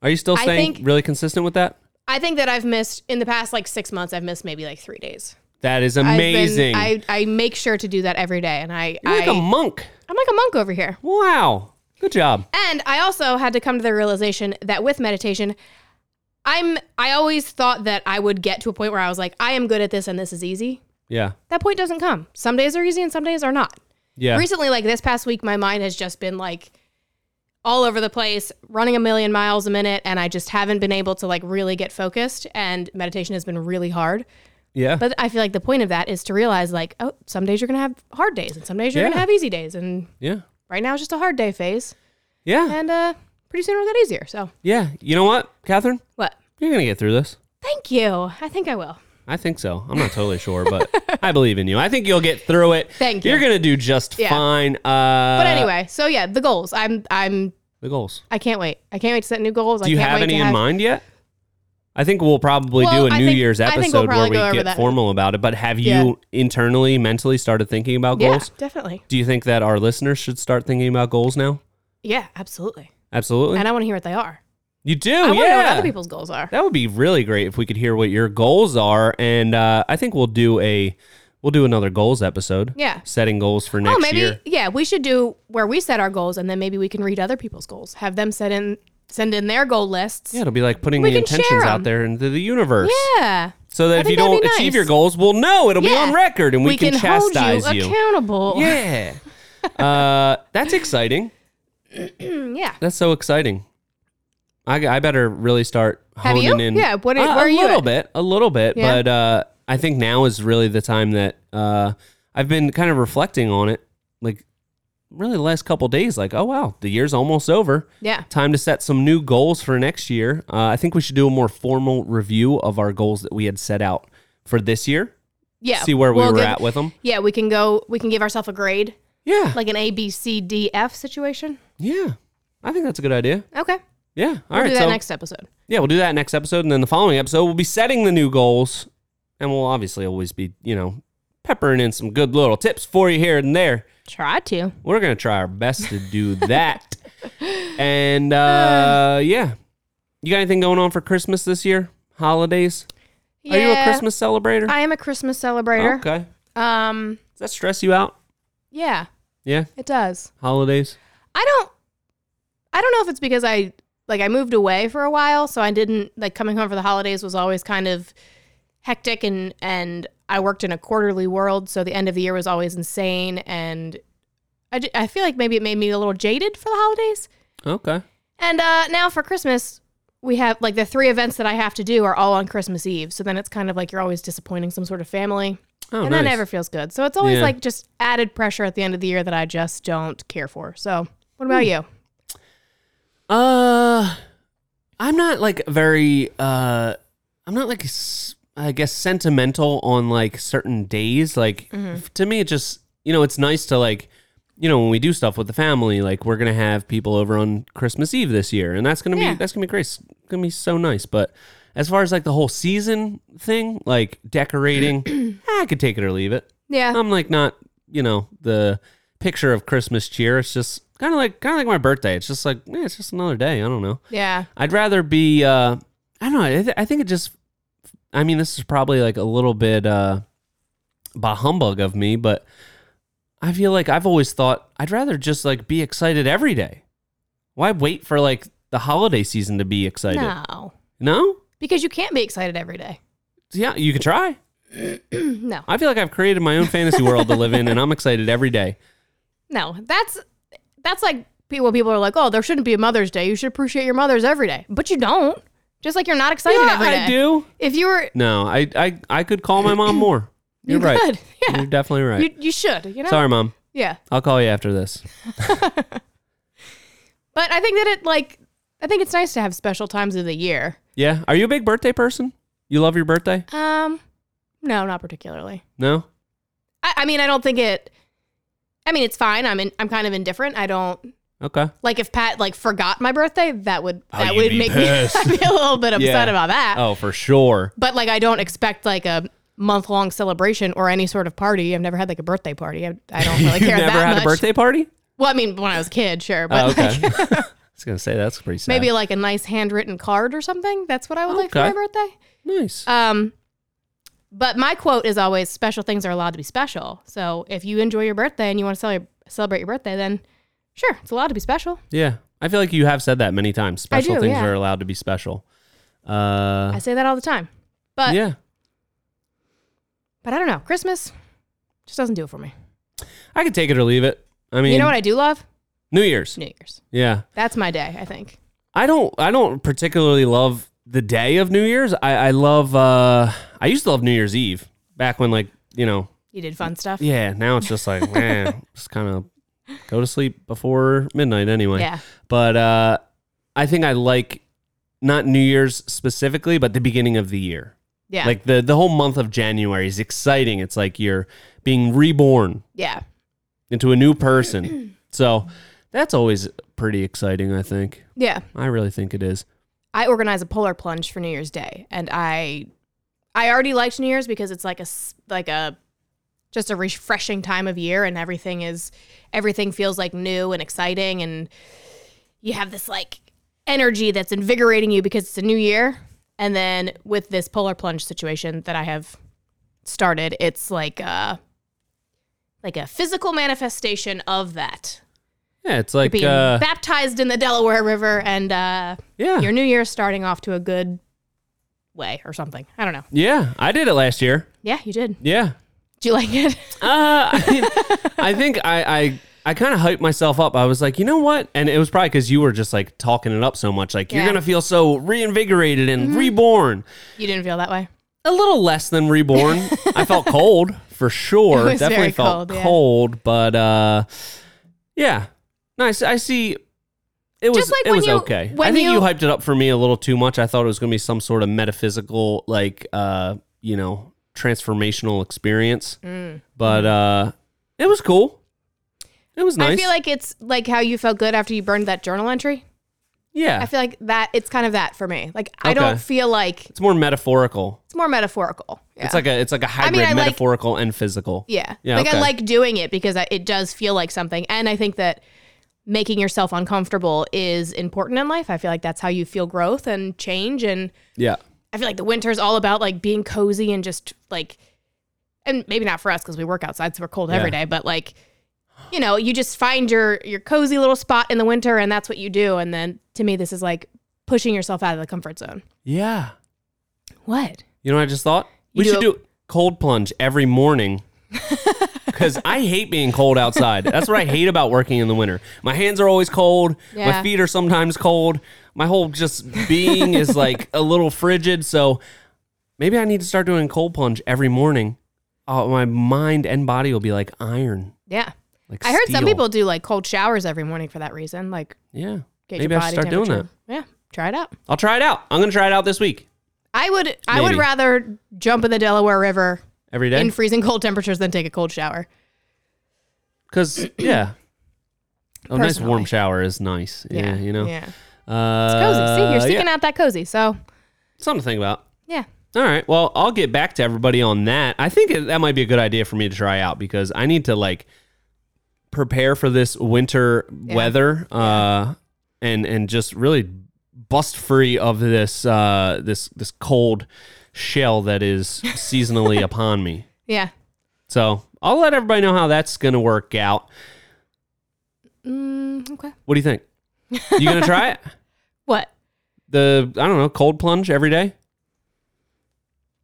A: Are you still
B: I
A: staying
B: think-
A: really consistent with that?
B: I think that I've missed in the past like 6 months I've missed maybe like 3 days.
A: That is
B: I've
A: amazing.
B: Been, I I make sure to do that every day and I
A: You're like
B: I,
A: a monk.
B: I'm like a monk over here.
A: Wow. Good job.
B: And I also had to come to the realization that with meditation, I'm I always thought that I would get to a point where I was like, I am good at this and this is easy.
A: Yeah.
B: That point doesn't come. Some days are easy and some days are not.
A: Yeah.
B: Recently, like this past week, my mind has just been like all over the place, running a million miles a minute, and I just haven't been able to like really get focused. And meditation has been really hard.
A: yeah.
B: But I feel like the point of that is to realize like, oh, some days you're gonna have hard days and some days you're
A: Yeah.
B: gonna have easy days. And
A: yeah.
B: right now it's just a hard day phase.
A: Yeah.
B: And uh pretty soon it'll get easier. So
A: Yeah. You know what, Catherine?
B: What?
A: You're going to get through this.
B: Thank you. I think I will.
A: I think so. I'm not totally sure, but I believe in you. I think you'll get through it.
B: Thank you.
A: You're going to do just
B: Yeah.
A: fine. Uh,
B: But anyway, so yeah, the goals. I'm I'm
A: the goals.
B: I can't wait. I can't wait to set new goals.
A: Do you
B: I can't
A: have
B: wait
A: any
B: to
A: in mind yet? I think we'll probably do
B: Well,
A: a
B: I
A: New
B: think-
A: Year's
B: I think we'll
A: episode where
B: probably
A: we
B: go over
A: get
B: that.
A: formal about it. But have
B: Yeah.
A: you internally, mentally started thinking about
B: Yeah,
A: goals?
B: definitely.
A: Do you think that our listeners should start thinking about goals now?
B: Yeah, absolutely.
A: Absolutely.
B: And I want to hear what they are.
A: you do,
B: I want to know what
A: Oh, yeah.
B: other people's goals are.
A: That would be really great if we could hear what your goals are, and uh, I think we'll do a we'll do another goals episode.
B: Yeah.
A: setting goals for next
B: Oh, maybe
A: year.
B: yeah, we should do where we set our goals, and then maybe we can read other people's goals. Have them set in send in their goal lists.
A: Yeah, it'll be like putting the
B: can share
A: intentions
B: 'em.
A: out there into the universe,
B: Yeah.
A: so that if you
B: think that'd
A: don't
B: be
A: achieve
B: nice.
A: your goals, we'll know it'll be
B: Yeah.
A: on record, and we, can, chastise
B: hold you, accountable. Yeah. (laughs)
A: Yeah, uh, that's exciting.
B: Mm,
A: That's so exciting. I, I better really start
B: Have
A: honing
B: you?
A: in.
B: Yeah, what are-
A: a,
B: where are
A: a
B: you
A: little
B: at?
A: bit, a little bit,
B: Yeah.
A: but uh, I think now is really the time that uh, I've been kind of reflecting on it, like really the last couple days. Like, oh wow, the year's almost over.
B: Yeah.
A: Time to set some new goals for next year. Uh, I think we should do a more formal review of our goals that we had set out for this year.
B: Yeah.
A: See where we
B: We'll
A: were
B: give-
A: at with
B: (laughs)
A: them.
B: Yeah, we can go. We can give ourselves a grade,
A: Yeah,
B: like an A, B, C, D, F situation.
A: yeah. I think that's a good idea.
B: Okay, we'll
A: Yeah. All right.
B: do that
A: so
B: next episode.
A: Yeah, we'll do that next episode, and then the following episode we'll be setting the new goals, and we'll obviously always be, you know, peppering in some good little tips for you here and there.
B: Try to.
A: We're gonna try our best to
B: (laughs)
A: do that. and uh, yeah, you got anything going on for Christmas this year? Holidays? Are you a
B: Yeah,
A: Christmas celebrator?
B: I am a Christmas celebrator.
A: Okay.
B: Um,
A: Does that stress you out?
B: yeah,
A: Yeah,
B: it does.
A: holidays.
B: I don't. I don't know if it's because I like I moved away for a while, so I didn't like coming home for the holidays was always kind of hectic, and and I worked in a quarterly world, so the end of the year was always insane, and I ju- I feel like maybe it made me a little jaded for the holidays.
A: Okay.
B: And uh, now for Christmas, we have like the three events that I have to do are all on Christmas Eve. So then it's kind of like you're always disappointing some sort of family.
A: Oh,
B: and
A: nice.
B: that never feels good. So it's always
A: Yeah.
B: like just added pressure at the end of the year that I just don't care for. So what about
A: Hmm.
B: you?
A: Uh, I'm not like very. Uh, I'm not like s- I guess sentimental on like certain days. Like
B: Mm-hmm.
A: f- to me, it just you know it's nice to like you know when we do stuff with the family. Like we're gonna have people over on Christmas Eve this year, and that's gonna
B: Yeah.
A: be that's gonna be great. It's gonna be so nice. But as far as like the whole season thing, like
B: (clears throat)
A: decorating, I could take it or leave it.
B: Yeah.
A: I'm like not, you know, the picture of Christmas cheer. It's just kind of like kind of like my birthday. It's just like eh, it's just another day. I don't know.
B: yeah.
A: I'd rather be. Uh, I don't know. I, th- I think it just. I mean, this is probably like a little bit uh, bah humbug of me, but I feel like I've always thought I'd rather just like be excited every day. Why wait for like the holiday season to be excited?
B: No.
A: No.
B: Because you can't be excited every day.
A: Yeah, you could try.
B: (clears throat) no.
A: I feel like I've created my own fantasy world to live in, and I'm excited every day.
B: No. That's that's like pe- when people are like, oh, there shouldn't be a Mother's Day. You should appreciate your mothers every day. But you don't. Just like you're not excited every day.
A: I do.
B: If you were,
A: No, I, I I could call my mom more. You're
B: (laughs) you
A: right.
B: could. Yeah.
A: You're definitely right.
B: You, you should. You know.
A: Sorry, mom.
B: Yeah.
A: I'll call you after this.
B: But I think that it like I think it's nice to have special times of the year.
A: Yeah. Are you a big birthday person? You love your birthday?
B: Um, no, not particularly.
A: No.
B: I, I mean, I don't think it. I mean, it's fine. I'm in, I'm kind of indifferent. I don't.
A: Okay.
B: Like if Pat like forgot my birthday, that would
A: Oh,
B: that
A: you'd
B: would
A: be
B: make
A: pissed.
B: me (laughs) I'd be a little bit upset
A: Yeah.
B: about that.
A: Oh, for sure.
B: But like I don't expect like a month long celebration or any sort of party. I've never had like a birthday party. I, I don't
A: (laughs)
B: really
A: You've
B: care
A: never
B: that
A: had
B: much.
A: a birthday party?
B: Well, I mean, when I was a kid, sure, but
A: Oh, okay. (laughs)
B: like,
A: I was gonna say that's pretty sad.
B: (laughs) maybe like a nice handwritten card or something. That's what I would like for
A: Okay.
B: my birthday.
A: nice.
B: Um, but my quote is always special things are allowed to be special. So if you enjoy your birthday and you want to celebrate, celebrate your birthday, then sure, it's allowed to be special.
A: yeah, I feel like you have said that many times. Special
B: do,
A: things
B: yeah.
A: are allowed to be special. Uh,
B: I say that all the time. But
A: yeah,
B: but I don't know. Christmas just doesn't do it for me.
A: I could take it or leave it. I mean,
B: you know what I do love?
A: New Year's.
B: New Year's.
A: Yeah,
B: That's my day, I think.
A: I don't. I don't particularly love the day of New Year's. I, I love. Uh, I used to love New Year's Eve back when, like, you know,
B: You did fun stuff.
A: yeah. Now it's just like, (laughs) man, just kind of go to sleep before midnight anyway.
B: Yeah.
A: But uh, I think I like not New Year's specifically, but the beginning of the year.
B: Yeah.
A: Like the the whole month of January is exciting. It's like you're being reborn
B: yeah.
A: into a new person. (clears throat) so that's always pretty exciting. I think.
B: Yeah.
A: I really think it is.
B: I organize a polar plunge for New Year's Day, and I, I already liked New Year's because it's like a s- like a, just a refreshing time of year, and everything is, everything feels like new and exciting, and you have this like energy that's invigorating you because it's a new year. And then with this polar plunge situation that I have started, it's like a, like a physical manifestation of that.
A: Yeah, it's like
B: Being
A: uh,
B: baptized in the Delaware River and uh,
A: yeah,
B: your new year is starting off to a good way or something. I don't know.
A: yeah. I did it last year.
B: Yeah, you did.
A: Yeah,
B: Do you like it? (laughs)
A: Uh, I, mean, I think I I, I kind of hyped myself up. I was like, you know what? And it was probably because you were just like talking it up so much. Like you're
B: Yeah.
A: gonna feel so reinvigorated and reborn.
B: You didn't feel that way.
A: A little less than
B: (laughs)
A: reborn. I felt cold for sure.
B: It was
A: Definitely
B: very
A: felt
B: cold, yeah.
A: cold, but uh, yeah, nice. I see. It was
B: Just like
A: it
B: when
A: was
B: you-
A: okay. I
B: when
A: think you,
B: you-
A: hyped it up for me a little too much. I thought it was gonna be some sort of metaphysical, like uh, you know, transformational experience
B: Mm.
A: but uh it was cool it was nice
B: I feel like it's like how you felt good after you burned that journal entry.
A: yeah
B: I feel like that it's kind of that for me. Like I
A: Okay.
B: don't feel like
A: it's more metaphorical
B: it's more metaphorical. Yeah.
A: it's like a it's like a hybrid
B: I like-
A: metaphorical and physical
B: yeah.
A: Yeah,
B: like
A: okay.
B: I like doing it because I, it does feel like something and I think that making yourself uncomfortable is important in life. I feel like that's how you feel growth and change and
A: yeah
B: I feel like the winter's all about like being cozy and just like, and maybe not for us because we work outside, so we're cold every
A: Yeah.
B: day. But like, you know, you just find your your cozy little spot in the winter, and that's what you do. And then to me, this is like pushing yourself out of the comfort zone.
A: yeah
B: What?
A: you know what i just thought we
B: do
A: should
B: a-
A: do cold plunge every
B: (laughs)
A: morning because i hate being cold outside that's what i hate about working in the winter my hands are always cold my
B: Yeah.
A: feet are sometimes cold my whole just being is like a little frigid so maybe i need to start doing cold plunge every morning oh my mind and body will be like iron
B: Yeah,
A: Like
B: I heard some
A: steel.
B: people do like cold showers every morning for that reason. Like,
A: Yeah.
B: get
A: Maybe
B: your
A: I should start
B: body
A: doing that.
B: temperature. Yeah, try it out.
A: I'll try it out. I'm gonna try it out this week.
B: I would I would
A: Maybe.
B: rather jump in the Delaware River
A: Every day.
B: in freezing cold temperatures than take a cold shower.
A: Because
B: (clears throat)
A: yeah. A nice
B: Personally.
A: warm shower is nice. Yeah, you know.
B: Yeah,
A: Uh, it's
B: cozy. See, you're seeking
A: yeah.
B: out that cozy. So
A: Something to think about.
B: yeah.
A: All right. Well, I'll get back to everybody on that. I think it, that might be a good idea for me to try out because I need to like prepare for this winter weather uh, and and just really bust free of this uh, this this cold shell that (laughs) is seasonally upon me.
B: Yeah.
A: So I'll let everybody know how that's going to work out.
B: Mm, okay.
A: What do you think? You going to try (laughs) it?
B: What?
A: The, I don't know, cold plunge every day?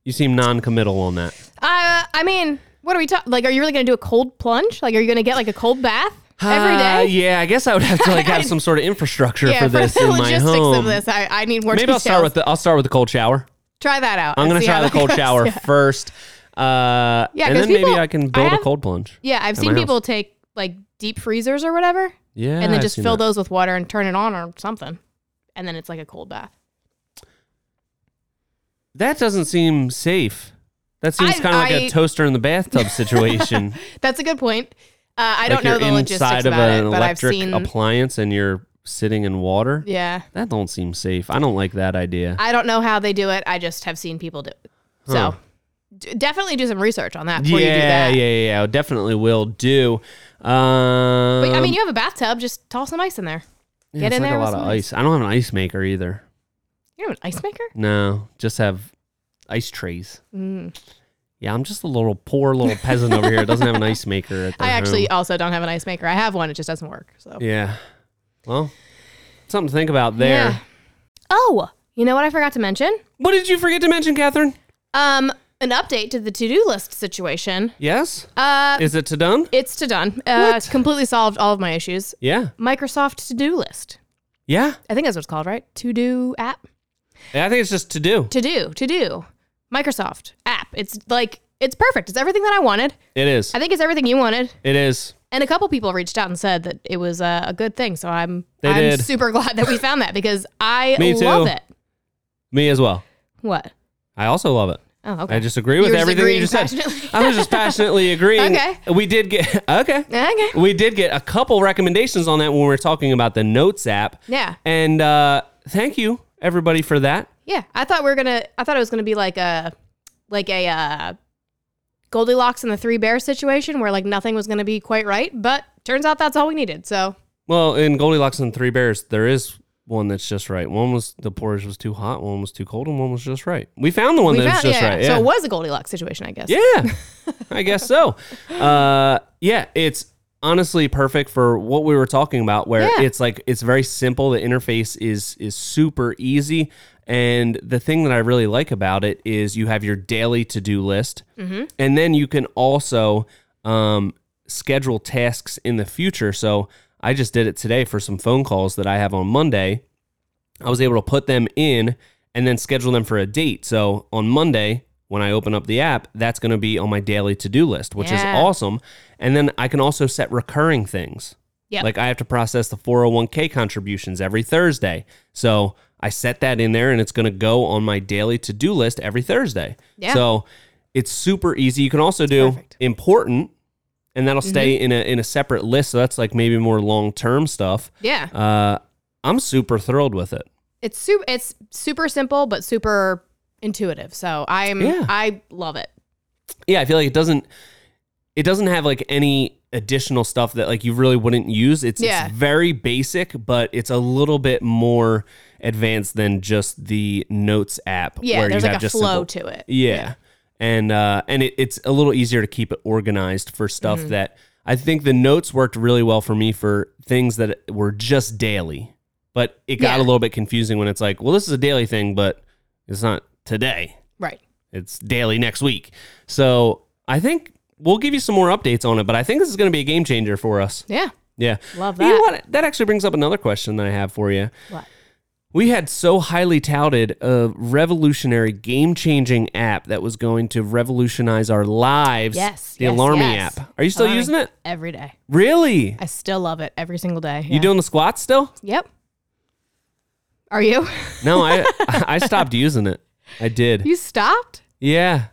A: You seem non committal on that.
B: Uh, I mean, what are we talking? Like, are you really gonna do a cold plunge? Like, are you gonna get like a
A: (sighs)
B: cold bath every
A: Uh,
B: day?
A: yeah, I guess I would have to like have
B: (laughs)
A: some sort of infrastructure for this
B: the
A: in my
B: logistics
A: home.
B: of this, I, I need more
A: Maybe I'll
B: details.
A: start with the I'll start with the cold shower.
B: try that out.
A: I'm
B: and
A: gonna
B: see
A: try
B: how
A: the
B: that
A: cold
B: goes.
A: shower
B: (laughs) Yeah,
A: first. Uh,
B: Yeah,
A: and
B: 'cause
A: then maybe
B: people-
A: I can
B: I
A: build
B: have-
A: a cold plunge.
B: Yeah, I've seen
A: house.
B: people take like deep freezers or whatever,
A: Yeah,
B: and then
A: I've
B: just
A: seen
B: fill
A: that.
B: those with water and turn it on or something, and then it's like a cold bath.
A: That doesn't seem safe. That seems
B: I-
A: kind of like a
B: I- (laughs)
A: toaster in the bathtub situation.
B: That's a good point. Uh, I don't know the logistics about it, but I've seen.
A: appliance and you're sitting in water.
B: yeah,
A: That don't seem safe. I don't like that idea.
B: I don't know how they do it. I just have seen people do it.
A: Huh.
B: So d- definitely do some research on that
A: yeah,
B: before you do that.
A: yeah, yeah, yeah. I Definitely will do. Um,
B: But I mean, you have a bathtub. Just toss some ice in there.
A: yeah,
B: get
A: it's
B: in
A: like
B: there
A: a
B: with
A: lot of
B: some
A: ice. I don't have an ice maker either.
B: You have an ice maker?
A: No, just have ice trays.
B: Mm.
A: Yeah, I'm just a little poor little peasant over here. that Doesn't have an ice maker.
B: (laughs)
A: At their
B: I actually
A: home.
B: also don't have an ice maker. I have one. It just doesn't work. So.
A: Uh-huh. Yeah. Well, something to think about there.
B: Yeah. Oh, you know what I forgot to mention?
A: What did you forget to mention, Catherine?
B: Um, an update to the to-do list situation.
A: Yes.
B: Uh,
A: Is it to done?
B: it's to done. Uh, completely solved all of my issues.
A: Yeah.
B: Microsoft to-do list.
A: Yeah.
B: I think that's what it's called, right? To-do app.
A: Yeah, I think it's just to do.
B: To do. To do. Microsoft app. It's like it's perfect. It's everything that I wanted.
A: It is.
B: I think it's everything you wanted.
A: It is.
B: And a couple people reached out and said that it was uh, a good thing. So I'm
A: They
B: I'm
A: did.
B: super glad that we found that because I
A: (laughs) Me too.
B: love it.
A: Me as well.
B: What?
A: I also love it.
B: Oh, okay.
A: I just agree with
B: You were just
A: everything you
B: agreeing
A: just said.
B: passionately.
A: I was just
B: (laughs)
A: passionately agreeing.
B: Okay.
A: We did get (laughs)
B: (laughs)
A: okay.
B: okay.
A: We did get a couple recommendations on that when we were talking about the notes app.
B: Yeah.
A: And uh, thank you everybody for that.
B: Yeah, I thought we were gonna. I thought it was gonna be like a, like a uh, Goldilocks and the Three Bears situation where like nothing was gonna be quite right, but turns out that's all we needed. So
A: Well, in Goldilocks and the Three Bears, there is one that's just right. One was the porridge was too hot, one was too cold, and one was just right. We found the one
B: we
A: that was
B: found,
A: just
B: yeah,
A: right.
B: So
A: Yeah.
B: it was a Goldilocks situation, I guess.
A: Yeah, I guess so. Uh, yeah, it's honestly perfect for what we were talking about, where
B: Yeah.
A: it's like it's very simple. The interface is is super easy, and the thing that I really like about it is you have your daily to do list, and then you can also um, schedule tasks in the future. So I just did it today for some phone calls that I have on Monday. I was able to put them in and then schedule them for a date. So on Monday, when I open up the app, that's going to be on my daily to do list, which
B: Yeah.
A: is awesome. And then I can also set recurring things.
B: Yep.
A: Like I have to process the 401k contributions every Thursday. So I set that in there and it's going to go on my daily to do list every Thursday.
B: Yeah.
A: So it's super easy. You can also do
B: Perfect. Mm-hmm.
A: important and that'll stay in a in a separate list. So that's like maybe more long-term stuff.
B: yeah.
A: Uh I'm super thrilled with it.
B: It's super. It's super simple but super intuitive. So I'm.
A: Yeah.
B: I love it.
A: yeah i feel like it doesn't it doesn't have like any additional stuff that like you really wouldn't use it's,
B: Yeah.
A: it's very basic but it's a little bit more advanced than just the notes app
B: Yeah. there's like a flow
A: simple-
B: to it.
A: yeah. and uh and it, it's a little easier to keep it organized for stuff that i think the notes worked really well for me for things that were just daily but it got
B: Yeah.
A: a little bit confusing when it's like well this is a daily thing but it's not today
B: Right.
A: it's daily next week. So I think we'll give you some more updates on it, but I think this is going to be a game changer for us.
B: Yeah.
A: Yeah.
B: Love
A: You know
B: that.
A: what? That actually brings up another question that I have for you.
B: What?
A: We had so highly touted a revolutionary, game changing app that was going to revolutionize our lives.
B: Yes,
A: The
B: yes,
A: Alarmy
B: yes.
A: app. Are you still
B: Alarmy.
A: using it?
B: Every day.
A: Really?
B: I still love it every single day.
A: You doing the squats still?
B: Yep. Are you? (laughs)
A: No, I I stopped using it. I did.
B: you stopped?
A: Yeah.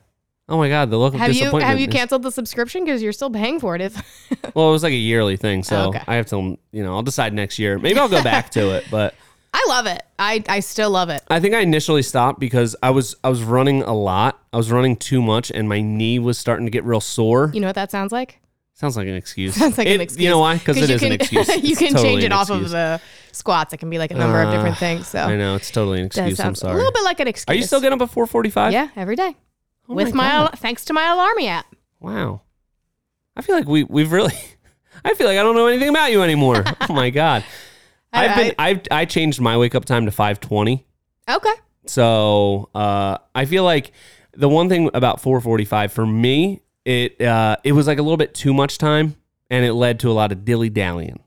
A: Oh my god, the look of
B: Have you
A: disappointment.
B: have you
A: is-
B: canceled the subscription because you're still paying for it? If (laughs)
A: Well, it was like a yearly thing, so
B: Oh, okay.
A: I have to, you know, I'll decide next year. Maybe I'll go back to it, but
B: I love it, I I still love it.
A: I think I initially stopped because I was I was running a lot. I was running too much, and my knee was starting to get real sore.
B: You know what that sounds like? (laughs)
A: Sounds like an excuse.
B: Sounds like
A: It-
B: an excuse.
A: You know why? Because it
B: you
A: is
B: can, (laughs)
A: an excuse.
B: you
A: It's
B: can
A: totally
B: change it
A: an
B: off of
A: excuse. Ah,
B: the squats. It can be like a number of different things. So
A: I know it's totally an
B: that
A: excuse. I'm
B: sounds a
A: sorry.
B: little bit like an excuse.
A: Are you still getting up at 4:45?
B: Yeah, every day.
A: Oh
B: With
A: my
B: my,
A: God.
B: al- thanks to my Alarmy app.
A: Wow. I feel like we we've really. (laughs) I feel like I don't know anything about you anymore. (laughs) oh my god.
B: (laughs) I-
A: I've been I've I changed my wake up time to 5:20.
B: Okay.
A: So uh, I feel like the one thing about 445 for me, it uh, it was like a little bit too much time, and it led to a lot of dilly dallying.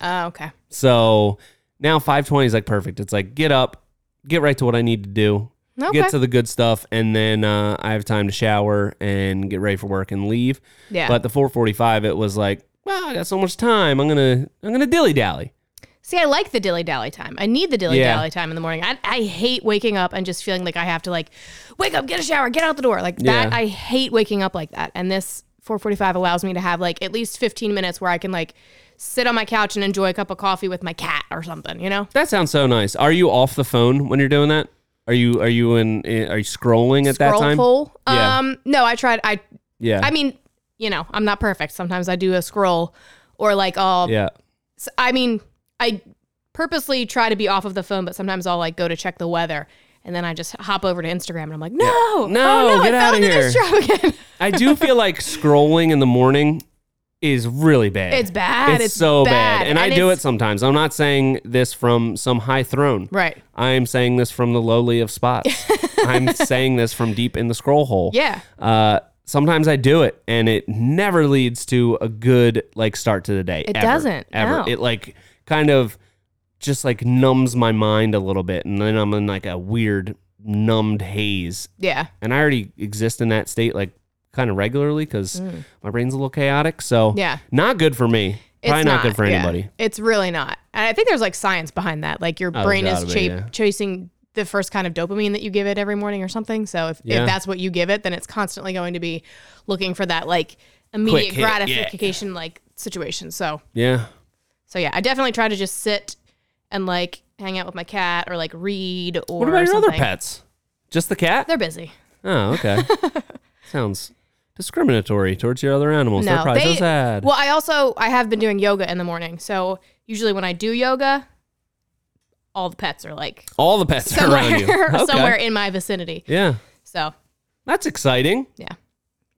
B: Oh, okay.
A: So now 520 is like perfect. It's like get up, get right to what I need to do,
B: Okay.
A: get to the good stuff, and then uh, I have time to shower and get ready for work and leave.
B: yeah.
A: But the 445, it was like, well, I got so much time. I'm gonna I'm gonna dilly dally.
B: See, I like the dilly dally time. I need the dilly
A: Yeah.
B: dally time in the morning. I, I hate waking up and just feeling like I have to like wake up, get a shower, get out the door. Like
A: Yeah.
B: that, I hate waking up like that. And this 4:45 allows me to have like at least 15 minutes where I can like sit on my couch and enjoy a cup of coffee with my cat or something, you know?
A: That sounds so nice. Are you off the phone when you're doing that? Are you are you in are you scrolling at that
B: Scroll
A: time?
B: full.
A: Yeah.
B: Um no, I tried I
A: Yeah.
B: I mean, you know, I'm not perfect. Sometimes I do a scroll or like I'll
A: yeah.
B: s- I mean, I purposely try to be off of the phone, but sometimes I'll like go to check the weather and then I just hop over to Instagram and I'm like, no, no,
A: No,
B: oh, no
A: get outta
B: I fell into
A: here."
B: this trap again. (laughs)
A: I do feel like scrolling in the morning is really bad.
B: It's bad.
A: It's,
B: It's
A: so bad.
B: bad.
A: And, I
B: And
A: do it
B: it's-
A: sometimes. I'm not saying this from some high throne.
B: Right.
A: I am saying this from the lowly of
B: (laughs)
A: spots. I'm saying this from deep in the scroll hole.
B: Yeah.
A: Uh, sometimes I do it, and it never leads to a good like start to the day. It
B: doesn't,
A: Ever.
B: no.
A: It like kind of just like numbs my mind a little bit, and then I'm in like a weird numbed haze.
B: Yeah.
A: And I already exist in that state like kind of regularly because my brain's a little chaotic. So
B: Mm. Yeah.
A: not good for me. Probably
B: it's
A: not, good for
B: yeah.
A: anybody. Oh,
B: It's really not. And I think there's like science behind that. Like your
A: there's
B: brain is
A: gotta
B: cha-
A: be, yeah.
B: chasing the first kind of dopamine that you give it every morning or something. So if,
A: Yeah.
B: if that's what you give it, then it's constantly going to be looking for that like
A: Quick
B: immediate
A: hit, yeah.
B: gratification like situation. So
A: Yeah.
B: so yeah, I definitely try to just sit and like hang out with my cat or like read or
A: What about your other
B: something.
A: pets? Just the cat?
B: They're busy.
A: Oh,
B: (laughs)
A: okay. Sounds discriminatory towards your other animals. They're probably so sad.
B: Well, I also I have been doing yoga in the morning. So usually when I do yoga, all the pets are like
A: All the pets are around you.
B: (laughs) somewhere
A: Okay.
B: somewhere in my vicinity.
A: Yeah.
B: So
A: That's exciting.
B: yeah.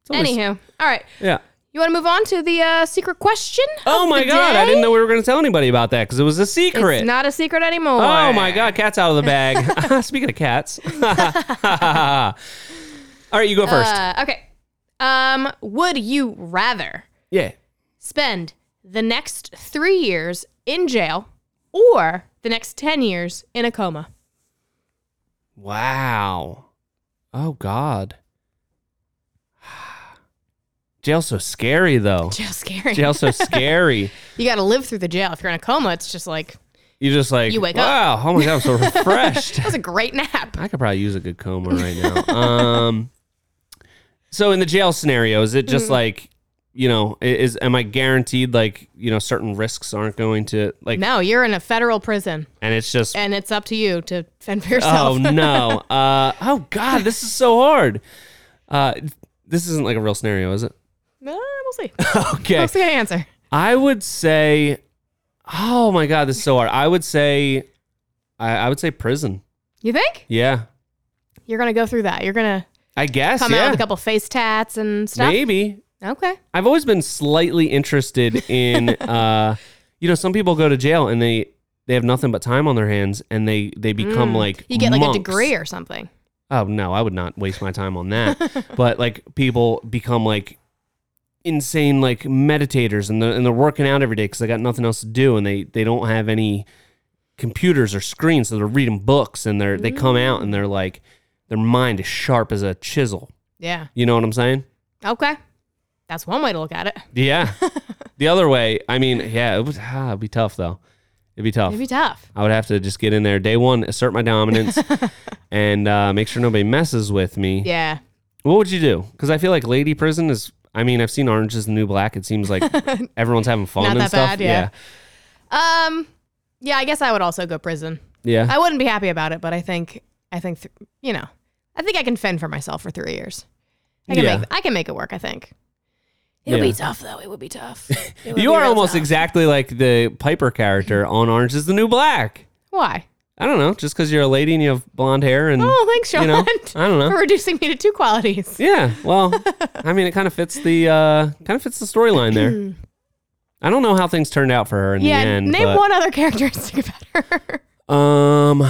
A: It's always-
B: Anywho, all right.
A: Yeah.
B: You want to move on to the uh, secret question?
A: Oh
B: of
A: my
B: the
A: god, I
B: day?
A: didn't know we were going to tell anybody about that because it was a secret.
B: It's not a secret anymore.
A: Oh my god, cat's out of the
B: (laughs)
A: bag. (laughs) Speaking of cats. All right, you go first.
B: Uh, okay. Um, would you rather
A: yeah.
B: spend the next three years in jail or the next 10 years in a coma? (laughs)
A: Wow. Oh god. (sighs) Jail's so scary
B: (laughs)
A: though.
B: Jail's scary.
A: Jail's so scary.
B: You got to live through the jail. If you're in a coma, it's just like,
A: You just like
B: You wake up.
A: wow, oh my god, I'm so refreshed.
B: that was a
A: (laughs)
B: great (laughs) nap.
A: I could probably use a good coma right now. (laughs) Um, so in the jail scenario, is it just
B: Mm-hmm.
A: like you know, i- is am I guaranteed like you know certain risks aren't going to like,
B: No, you're in a federal prison
A: and it's just
B: and it's up to you to fend for
A: oh
B: yourself. (laughs)
A: no, uh, oh god, this is so hard. Uh, this isn't like a real scenario, is it?
B: Uh, we'll see.
A: Okay,
B: We'll see an answer.
A: I would say, oh my god, this is so hard. I would say, I, I would say prison.
B: You think?
A: Yeah,
B: You're going to go through that. You're going to
A: I guess.
B: come
A: yeah,
B: out with a couple face tats and stuff.
A: maybe
B: Okay.
A: I've always been slightly interested
B: (laughs)
A: in, uh, you know, some people go to jail and they they have nothing but time on their hands and they they become like
B: Mm. You get like
A: monks.
B: a degree or something.
A: Oh no, I would not waste my time on
B: (laughs)
A: that. but like people become like insane like meditators and they're, and they're working out every day because they got nothing else to do and they they don't have any computers or screens so they're reading books and they're they come out and they're like their mind is sharp as a chisel.
B: Yeah.
A: You know what I'm saying?
B: Okay. That's one way to look at it.
A: Yeah. the other way, I mean, yeah, it would ah, it'd be tough though. It'd be tough.
B: It'd be tough.
A: I would have to just get in there day one, assert my
B: (laughs)
A: dominance, and uh, make sure nobody messes with me.
B: Yeah.
A: What would you do? Because I feel like lady prison is. I mean, I've seen Orange is the New Black. It seems
B: (laughs)
A: like everyone's having fun
B: Not
A: and
B: that
A: stuff.
B: bad, yeah. Um, yeah, I guess I would also go prison.
A: yeah, yeah.
B: I wouldn't be happy about it, but I think I think th- you know, I think I can fend for myself for three years. I can
A: Yeah.
B: make I can make it work. I think it'll
A: Yeah.
B: be tough though. It would be tough.
A: (laughs)
B: It would be
A: you are
B: real
A: almost
B: tough.
A: exactly like the Piper character on Orange is the New Black.
B: why?
A: I don't know, just because you're a lady and you have blonde hair and
B: Oh, thanks, Sean, (laughs)
A: you know, I don't know.
B: for reducing me to two qualities.
A: Yeah, well, I mean, it kind of fits the uh, kind of fits the storyline
B: (clears throat)
A: there. I don't know how things turned out for her in
B: Yeah,
A: the end.
B: name
A: but,
B: one other (laughs) characteristic about her.
A: Um,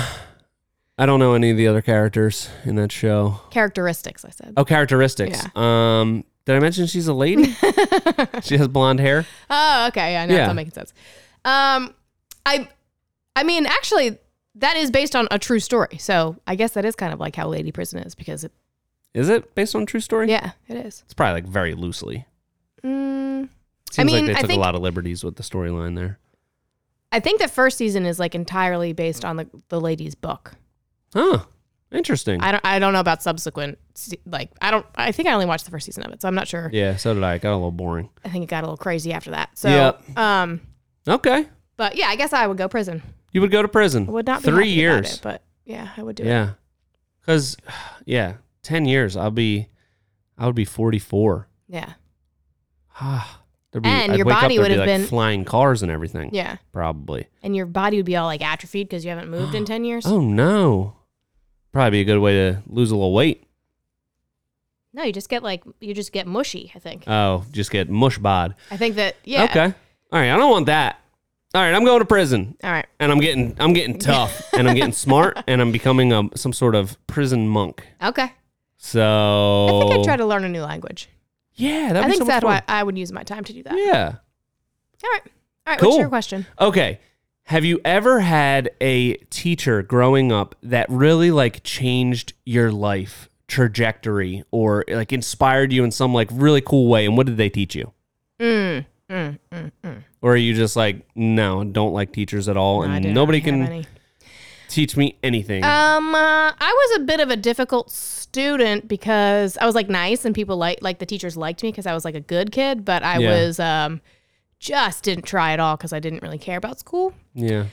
A: I don't know any of the other characters in that show.
B: characteristics, I said.
A: Oh, characteristics. Um, did I mention she's a
B: (laughs)
A: lady? she has blonde hair.
B: Oh, okay. Yeah, no,
A: Yeah.
B: it's not making sense. Um, I, I mean, actually, that is based on a true story. So I guess that is kind of like how Lady Prison is because it.
A: Is it based on a true story?
B: Yeah, it is.
A: it's probably like very loosely.
B: Mm, I
A: Seems
B: mean,
A: like
B: I
A: they took
B: think-
A: a lot of liberties with the storyline there.
B: I think the first season is like entirely based on the the lady's book.
A: Huh. Interesting.
B: I don't I don't know about subsequent se- like I don't I think I only watched the first season of it, so I'm not sure.
A: yeah, so did I. It got a little boring.
B: I think it got a little crazy after that. So
A: Yep.
B: um
A: Okay.
B: but yeah, I guess I would go prison.
A: You would go to prison.
B: I would not be
A: Three
B: happy about
A: years.
B: it, but yeah, I would do it.
A: Yeah. Cause (sighs) yeah, ten years. I'll be I would be forty four.
B: Yeah.
A: Ah. there'd
B: And your
A: wake
B: body
A: there'd
B: would
A: be,
B: have
A: like
B: been-
A: flying cars and everything.
B: Yeah.
A: Probably.
B: And your body would be all like atrophied because you
A: (gasps)
B: haven't moved in 10 years.
A: Oh no. Probably be a good way to lose a little weight.
B: No, you just get like you just get mushy, I think.
A: Oh, just get mush bod.
B: I think that yeah.
A: Okay. All right. I don't want that. All right. I'm going to prison,
B: All right.
A: and I'm getting I'm getting tough,
B: (laughs)
A: and I'm getting smart, and I'm becoming a some sort of prison monk.
B: Okay.
A: So
B: I think I'd try to learn a new language.
A: Yeah, Oh. that'd
B: I
A: be
B: think
A: so much
B: that's
A: fun.
B: why I would use my time to do that.
A: Yeah.
B: All right. All right.
A: Cool.
B: What's your question?
A: Okay. Have you ever had a teacher growing up that really like changed your life trajectory or like inspired you in some like really cool way? And what did they teach you?
B: Mm, mm, mm, mm.
A: Or are you just like, no, I don't like teachers at all,
B: I
A: and
B: didn't
A: nobody
B: really
A: can
B: have any.
A: teach me anything?
B: Um, uh, I was a bit of a difficult student because I was like nice and people like like the teachers liked me because I was like a good kid, but I
A: Yeah.
B: was um just didn't try at all because I didn't really care about school.
A: yeah.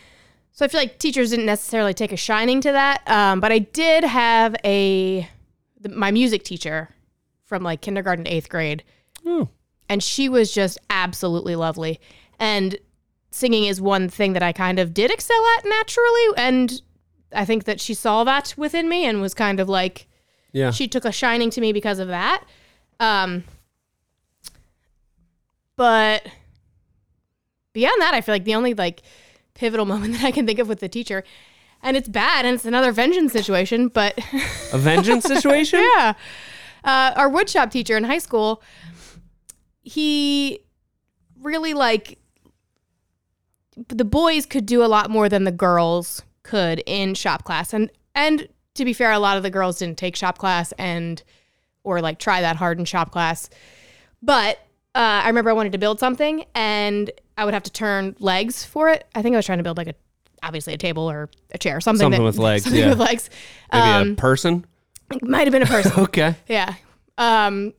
B: So I feel like teachers didn't necessarily take a shining to that. Um, but I did have a the, my music teacher from like kindergarten to eighth grade,
A: Oh,
B: and she was just absolutely lovely. And singing is one thing that I kind of did excel at naturally, and I think that she saw that within me and was kind of like
A: yeah.
B: she took a shining to me because of that. Um, but beyond that, I feel like the only like pivotal (laughs) moment that I can think of with the teacher, and it's bad, and it's another vengeance situation. But (laughs)
A: a vengeance situation?
B: yeah, uh, our woodshop teacher in high school, he really like the boys could do a lot more than the girls could in shop class, and and to be fair, a lot of the girls didn't take shop class and or like try that hard in shop class, but. Uh, I remember I wanted to build something and I would have to turn legs for it. I think I was trying to build like a, obviously a table or a chair, something,
A: Something
B: that- (laughs)
A: with legs,
B: something
A: yeah.
B: with legs.
A: Maybe
B: Um,
A: a person?
B: might have been a person.
A: Okay.
B: Yeah. Um,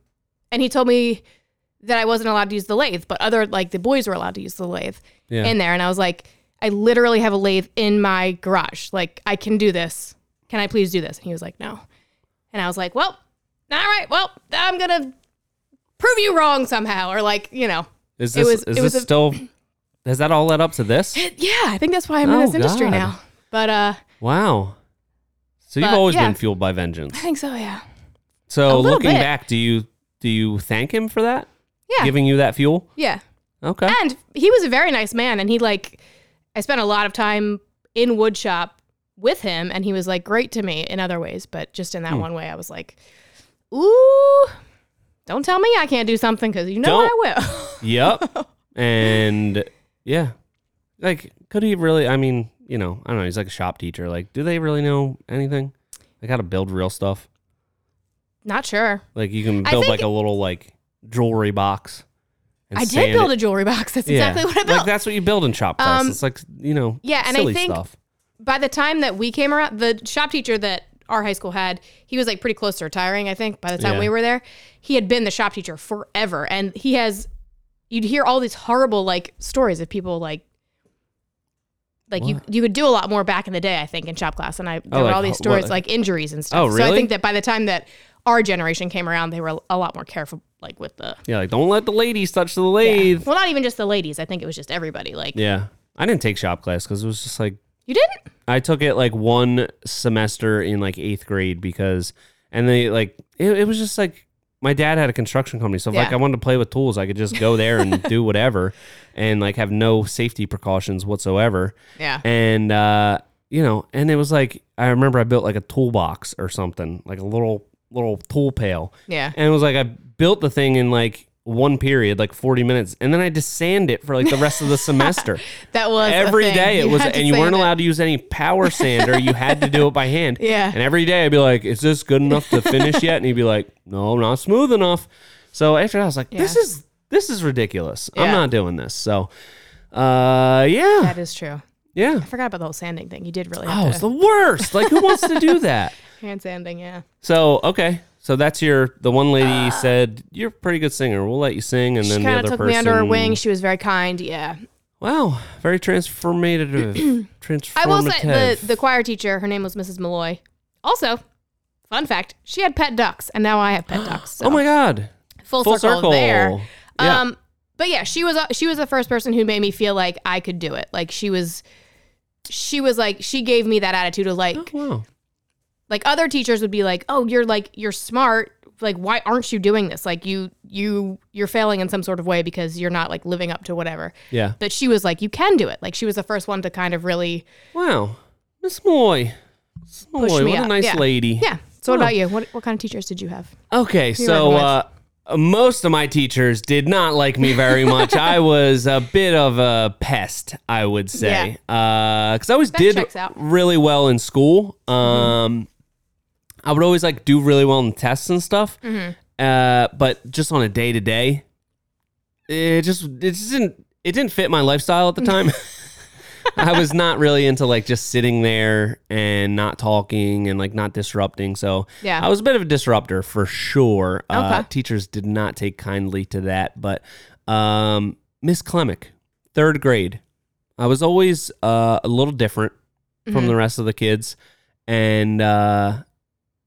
B: and he told me that I wasn't allowed to use the lathe, but other like the boys were allowed to use the lathe
A: Yeah.
B: in there. And I was like, I literally have a lathe in my garage. Like, I can do this. Can I please do this? And he was like, No. And I was like, Well, all right. Well, I'm gonna prove you wrong somehow, or like, you know,
A: Is
B: it
A: this,
B: was-
A: is
B: it was
A: this
B: a-
A: still, has that all led up to
B: (laughs)
A: this?
B: yeah. I think that's why I'm in
A: Oh,
B: this industry
A: God.
B: now. But uh,
A: Wow. So you've
B: But,
A: always
B: yeah.
A: been fueled by vengeance.
B: I think so. Yeah. A
A: So
B: little
A: looking
B: bit.
A: back, do you do you thank him for that?
B: Yeah.
A: Giving you that fuel?
B: Yeah. (laughs)
A: Okay.
B: And he was a very nice man, and he like I spent a lot of time in woodshop with him, and he was like great to me in other ways, but just in that one way, I was like, ooh, don't tell me I can't do something because you know I will. (laughs)
A: Yep. and yeah. Like could he really I mean, you know, I don't know, he's like a shop teacher. Like, do they really know anything? Like how to build real stuff?
B: Not sure.
A: Like you can
B: I
A: build
B: think-
A: like a little like jewelry box. And
B: I did build a jewelry box. That's exactly what I built.
A: Like that's what you build in shop class.
B: Um,
A: it's like you know,
B: yeah, and I
A: silly
B: think-
A: stuff.
B: By the time that we came around, the shop teacher that our high school had, he was like pretty close to retiring. I think by the time
A: Yeah.
B: we were there, he had been the shop teacher forever, and he has. You'd hear all these horrible like stories of people like like you you could do a lot more back in the day, I think, in shop class. And I there were
A: Oh, like,
B: all these
A: ho-
B: stories
A: what-
B: like injuries and
A: Oh,
B: stuff. So I
A: really?
B: think that by the time that our generation came around, they were a lot more careful, like with the
A: Yeah, like don't let the ladies touch the lathe.
B: well, not even just the ladies. I think it was just everybody. Like
A: yeah. I didn't take shop class because it was just like
B: you didn't.
A: I took it like one semester in like eighth grade because, and they like it, it was just like my dad had a construction company, so if, like
B: Yeah.
A: I wanted to play with tools, I could just go there and
B: (laughs)
A: do whatever, and like have no safety precautions whatsoever,
B: Yeah.
A: and uh, you know, and it was like I remember I built like a toolbox or something, like a little little tool pail,
B: Yeah.
A: and it was like I built the thing in like one period, like forty minutes, and then I had to sand it for like the rest
B: (laughs)
A: of the semester.
B: That was
A: Every day it was and you weren't
B: allowed.
A: allowed to use any power sander you had to do it by hand
B: (laughs) Yeah.
A: and every day i'd be like is this good enough to finish yet and he'd be like no not smooth enough so after that i was like this
B: Yeah.
A: is this is ridiculous i'm
B: Yeah.
A: not doing this so uh yeah
B: That is true.
A: Yeah.
B: I forgot about the whole sanding thing. You did really have
A: Oh, it's
B: to
A: the worst. Like, who wants to do that? (laughs)
B: hand sanding, yeah.
A: So okay, so that's your. The one lady said you're a pretty good singer. We'll let you sing, and then
B: Uh. She
A: the
B: kind
A: other
B: of took
A: person.
B: me under her wing. She was very kind. Yeah.
A: Wow, very
B: (clears throat)
A: transformative. transformative.
B: I will say the, the choir teacher, her name was Mrs. Malloy. Also, fun fact, she had pet ducks, and now I have
A: (gasps)
B: pet ducks. So
A: oh my god,
B: full,
A: full
B: circle,
A: circle.
B: there.
A: Yeah.
B: Um, but yeah, she was she was the first person who made me feel like I could do it. Like she was, she was like she gave me that attitude of like
A: wow.
B: like other teachers would be like, oh, you're like you're smart. Like why aren't you doing this? Like you you you're failing in some sort of way because you're not like living up to whatever.
A: Yeah.
B: But she was like, you can do it. Like she was the first one to kind of really
A: Wow. Miss Moy. Miss Moy,
B: me
A: what a
B: up.
A: nice
B: Yeah.
A: lady.
B: yeah. So what
A: Wow.
B: about you? What what kind of teachers did you have?
A: Okay, so uh,
B: recommend?
A: most of my teachers did not like me very much.
B: (laughs)
A: I was a bit of a pest, I would say, because I always did
B: checks out. Mm-hmm.
A: really well in school. Um, I would always like do really well in tests and stuff,
B: Mm-hmm.
A: uh, but just on a day to day, it just it just didn't it didn't fit my lifestyle at the time. (laughs) I was not really into like just sitting there and not talking and like not disrupting. So
B: Yeah.
A: I was a bit of a disruptor for sure. Uh,
B: Okay.
A: teachers did not take kindly to that, but um, Miss Clemick, third grade, I was always uh, a little different from
B: Mm-hmm.
A: the rest of the kids, and uh,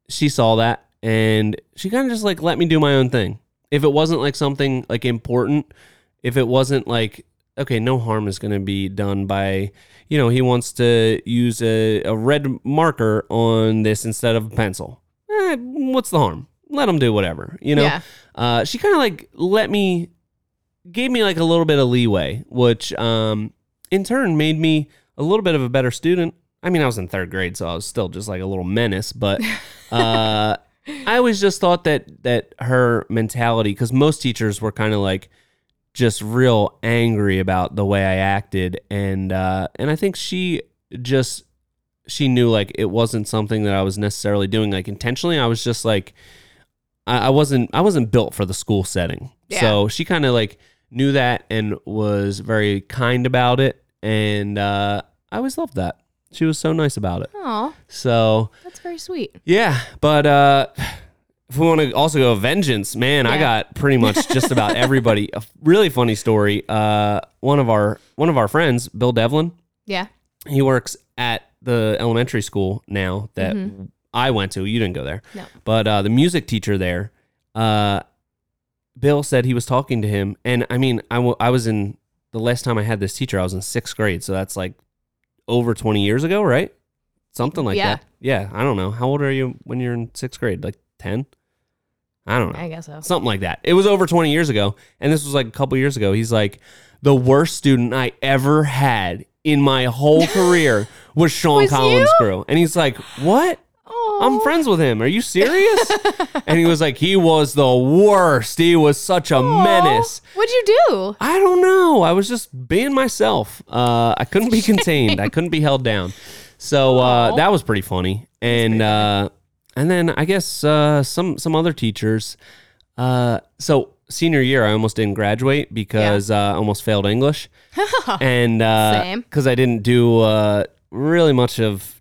A: she saw that and she kind of just like let me do my own thing. If it wasn't like something like important, if it wasn't like okay, no harm is going to be done by you know he wants to use a, a red marker on this instead of a pencil. Eh, what's the harm? Let him do whatever you know.
B: Yeah.
A: Uh, she kind of like let me gave me like a little bit of leeway, which um, in turn made me a little bit of a better student. I mean, I was in third grade, so I was still just like a little menace, but uh, I always just thought that that her mentality, because most teachers were kind of like just real angry about the way I acted, and uh, and I think she just she knew like it wasn't something that I was necessarily doing like intentionally. I was just like I, I wasn't I wasn't built for the school setting.
B: Yeah.
A: So she kind of like knew that and was very kind about it, and uh, I always loved that. She was so nice about it.
B: Oh,
A: So
B: that's very sweet.
A: yeah, but uh, if we want to also go vengeance, man, I
B: Yeah.
A: got pretty much just about everybody. A really funny story. Uh, one of our one of our friends, Bill Devlin,
B: Yeah.
A: he works at the elementary school now that I went to. You didn't go there,
B: Mm-hmm. No.
A: but uh, the music teacher there, uh, Bill said he was talking to him, and I mean, I wa- I was in the last time I had this teacher, I was in sixth grade, so that's like over twenty years ago, right? Something like
B: Yeah.
A: that. Yeah, I don't know. How old are you when you're in sixth grade? Like ten? I don't know
B: I guess so.
A: something like that. It was over 20 years ago, and this was like a couple years ago. He's like, the worst student I ever had in my
B: (laughs)
A: whole career was Sean
B: Was
A: Collins
B: you?
A: Crew. And he's like, what?
B: Oh,
A: I'm friends with him. Are you serious?
B: (laughs)
A: and he was like, he was the worst. He was such a menace.
B: What'd you do?
A: I don't know. I was just being myself. Uh, I couldn't
B: (laughs)
A: be contained. I couldn't be held down. So uh,
B: Aw.
A: that was pretty funny. And uh, and then I guess uh, some some other teachers. Uh, so senior year, I almost didn't graduate because uh, I almost failed
B: (laughs)
A: English, and
B: Same.
A: because I didn't do uh, really much of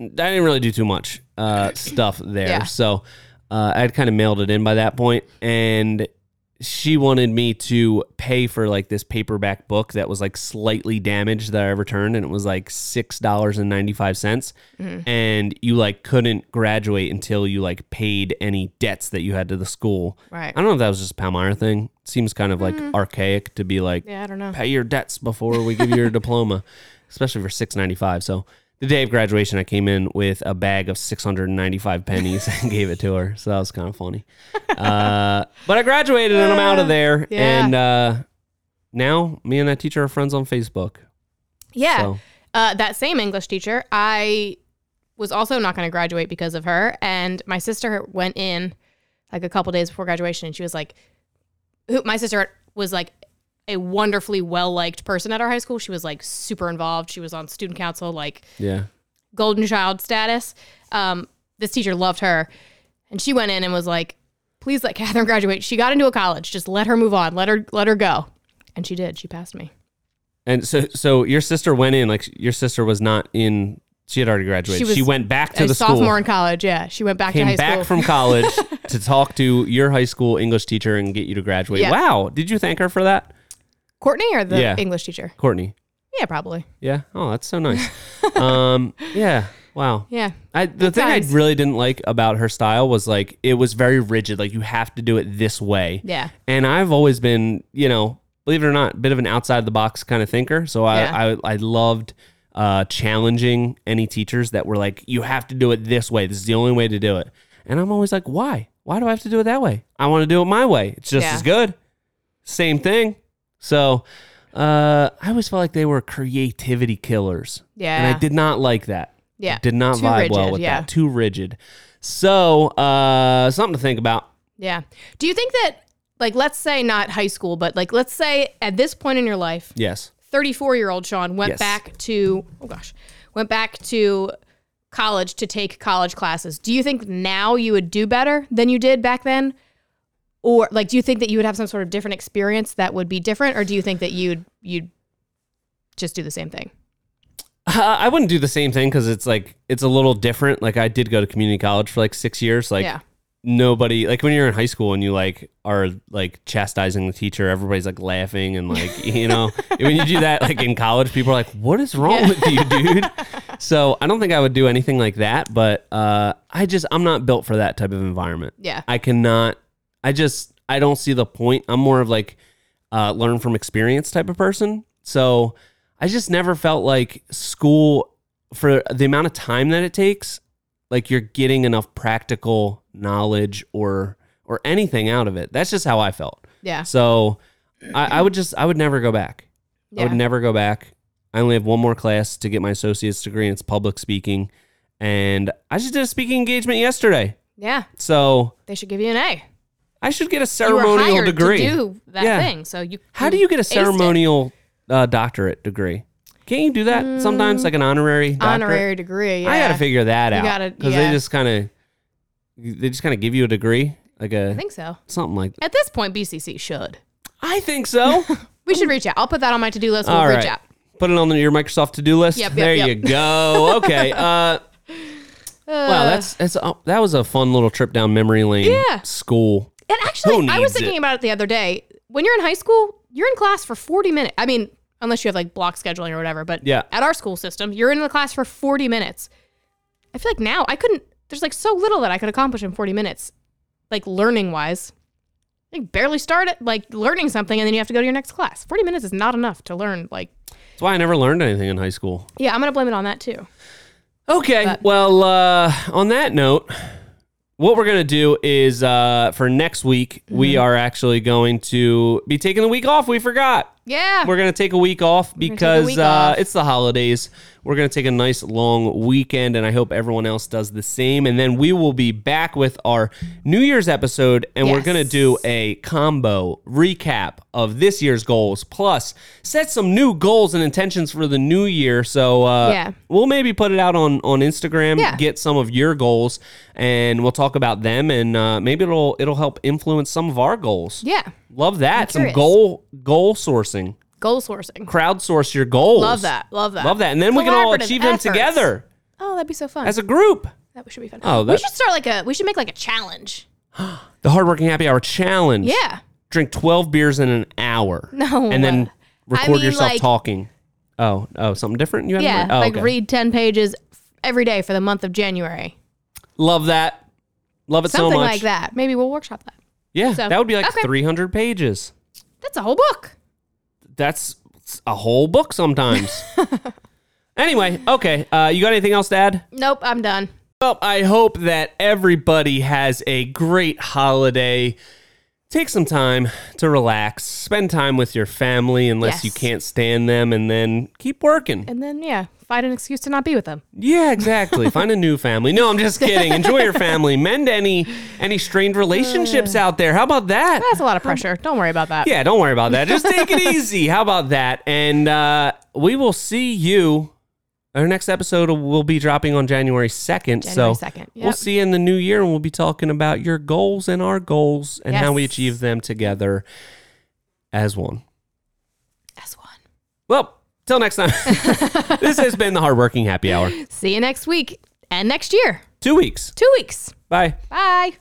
A: I didn't really do too much uh, stuff there.
B: Yeah.
A: So uh, I had kind of mailed it in by that point, and she wanted me to pay for like this paperback book that was like slightly damaged that I returned, and it was like six dollars and ninety five cents, and you like couldn't graduate until you like paid any debts that you had to the school.
B: Right.
A: I don't know if that was just a Palmyra thing. Seems kind of like archaic to be like
B: Yeah, I don't know.
A: pay your debts before we give you
B: (laughs)
A: your diploma, especially for six ninety five. So the day of graduation, I came in with a bag of six hundred and ninety five pennies and gave it to her. So that was kind of funny. Uh, but I graduated and I'm out of there.
B: (laughs) Yeah.
A: And uh, now me and that teacher are friends on Facebook.
B: Yeah.
A: So
B: Uh, that same English teacher, I was also not going to graduate because of her. And my sister went in like a couple days before graduation and she was like, who, my sister was like a wonderfully well liked person at our high school. She was like super involved. She was on student council, like
A: yeah,
B: golden child status. Um, this teacher loved her. And she went in and was like, please let Catherine (laughs) graduate. She got into a college. Just let her move on. Let her let her go. And she did. She passed me.
A: And so, so your sister went in. Like your sister was not in. She had already graduated.
B: She
A: She,
B: was
A: went back to
B: a
A: the
B: sophomore
A: school.
B: in college. Yeah, she went back to high
A: Came back
B: school.
A: from
B: (laughs)
A: college to talk to your high school English teacher and get you to graduate.
B: Yeah.
A: Wow! Did you thank her for that,
B: Courtney or the
A: Yeah.
B: English teacher?
A: Courtney?
B: Yeah, probably.
A: Yeah. Oh, that's so nice. um. Yeah. Wow.
B: Yeah.
A: I, the thing
B: times.
A: I really didn't like about her style was like it was very rigid. Like you have to do it this way.
B: Yeah.
A: And I've always been, you know, believe it or not, bit of an outside the box kind of thinker. So I
B: Yeah.
A: I, I loved uh, challenging any teachers that were like, you have to do it this way. This is the only way to do it. And I'm always like, why? Why do I have to do it that way? I want to do it my way. It's just
B: Yeah.
A: as good. Same thing. So uh, I always felt like they were creativity killers. And
B: Yeah.
A: I did not like that.
B: Yeah.
A: Did not
B: Too
A: vibe well
B: rigid,
A: with
B: yeah.
A: that. Too rigid. So uh, something to think about.
B: Yeah. Do you think that, like, let's say not high school, but like, let's say at this point in your life,
A: Yes.
B: 34 year old Sean went
A: Yes.
B: back to, oh gosh, went back to college to take college classes. Do you think now you would do better than you did back then? Or like, do you think that you would have some sort of different experience that would be different, or do you think that you'd you'd just do the same thing?
A: Uh, I wouldn't do the same thing because it's like it's a little different. Like I did go to community college for like six years. Like
B: yeah,
A: nobody, like when you're in high school and you like are like chastising the teacher, everybody's like laughing and like (laughs) you know when you do that like in college, people are like, "What is wrong with you, dude?" So I don't think I would do anything like that. But uh, I just I'm not built for that type of environment.
B: yeah,
A: I cannot. I just I don't see the point. I'm more of like uh, learn from experience type of person. So I just never felt like school for the amount of time that it takes. Like you're getting enough practical knowledge or or anything out of it. That's just how I felt.
B: yeah,
A: So I, I would just I would never go back. I
B: yeah.
A: would never go back. I only have one more class to get my associate's degree, and it's public speaking. And I just did a speaking engagement yesterday.
B: yeah.
A: So
B: They should give you an A.
A: I should get a
B: You were
A: ceremonial
B: hired
A: degree.
B: to do that
A: Yeah.
B: thing, so you.
A: How do you get a
B: aced it.
A: ceremonial uh, doctorate degree? Can't you do that sometimes, like an honorary doctorate?
B: honorary degree? Yeah.
A: I got to figure that
B: You
A: out
B: gotta-
A: they
B: yeah.
A: just kind of they just kind of give you a degree, like
B: I
A: a
B: think so.
A: something like. that.
B: At this point, BCC should.
A: I think
B: (laughs)
A: so.
B: We should reach out. I'll put that on my to do list. We'll
A: Mm. All
B: reach
A: right.
B: out.
A: Put it on your Microsoft to do list.
B: Yep, yep,
A: there
B: yep.
A: you go.
B: (laughs)
A: Okay. Uh, wow, that's that's uh, that was a fun little trip down memory lane.
B: Yeah.
A: School.
B: And actually,
A: Who
B: I was
A: needs
B: thinking
A: it?
B: about it the other day. When you're in high school, you're in class for 40 minutes. I mean, unless you have like block scheduling or whatever, but
A: Yeah.
B: at our school system, you're in the class for 40 minutes. I feel like now I couldn't, there's like so little that I could accomplish in 40 minutes, like learning wise. You barely start at like learning something and then you have to go to your next class. 40 minutes is not enough to learn. Like,
A: That's why I never learned anything in high school.
B: yeah, I'm going to blame it on that too.
A: Okay.
B: But-
A: well, uh, on that note, what we're going to do is uh, for next week, we are actually going to be taking the week off. We forgot.
B: Yeah.
A: We're going to take a week off
B: gonna take a
A: because
B: week
A: uh,
B: off.
A: it's the holidays. We're going to take a nice long weekend, and I hope everyone else does the same. And then we will be back with our New Year's episode, and we're
B: Yes.
A: going to do a combo recap of this year's goals, plus set some new goals and intentions for the new year. So uh,
B: Yeah.
A: we'll maybe put it out on on Instagram,
B: Yeah.
A: get some of your goals, and we'll talk about them, and uh, maybe it'll it'll help influence some of our goals.
B: yeah.
A: Love that. Some
B: curious.
A: goal goal sourcing.
B: Goal sourcing.
A: Crowdsource your goals.
B: Love that. Love that.
A: Love that. And then we can all
B: Collaborative
A: achieve them
B: efforts.
A: together
B: Oh, that'd be so fun.
A: as a group.
B: That should be fun.
A: Oh,
B: we
A: that-
B: should start like a. We should make like a challenge.
A: The hardworking happy hour challenge.
B: Yeah.
A: Drink twelve beers in an hour.
B: No.
A: And then
B: I
A: record
B: mean,
A: yourself
B: like-
A: talking. Oh, oh, something different you had in
B: Yeah,
A: mind? Oh,
B: like
A: okay.
B: read ten pages every day for the month of January.
A: Love that. Love it
B: Something
A: so much.
B: like that. Maybe we'll workshop that.
A: Yeah,
B: So-
A: that would be like
B: okay.
A: 300 pages.
B: That's a whole book.
A: That's a whole book
B: (laughs)
A: sometimes. anyway, okay. Uh, you got anything else to add?
B: Nope, I'm done.
A: Well, I hope that everybody has a great holiday. Take some time to relax, spend time with your family unless
B: Yes.
A: you can't stand them, and then keep working.
B: And then yeah, find an excuse to not be with them.
A: Yeah,
B: (laughs)
A: exactly. Find a new family. No, I'm just kidding. Enjoy your family. Mend any any strained
B: Uh.
A: relationships out there. How about that?
B: That's a lot of pressure. Don't worry about that.
A: Yeah, don't worry about that. Just
B: (laughs)
A: take it easy. How about that? And uh, we will see you. Our next episode will be dropping on January 2nd. so
B: January 2nd,
A: we'll
B: yep.
A: see you in the new year and we'll be talking about your goals and our goals and how we
B: Yes.
A: achieve them together as one.
B: S one.
A: Well, till next time. (laughs) this has been the hardworking happy hour.
B: See you next week and next year.
A: Two weeks.
B: Two weeks.
A: Bye.
B: Bye.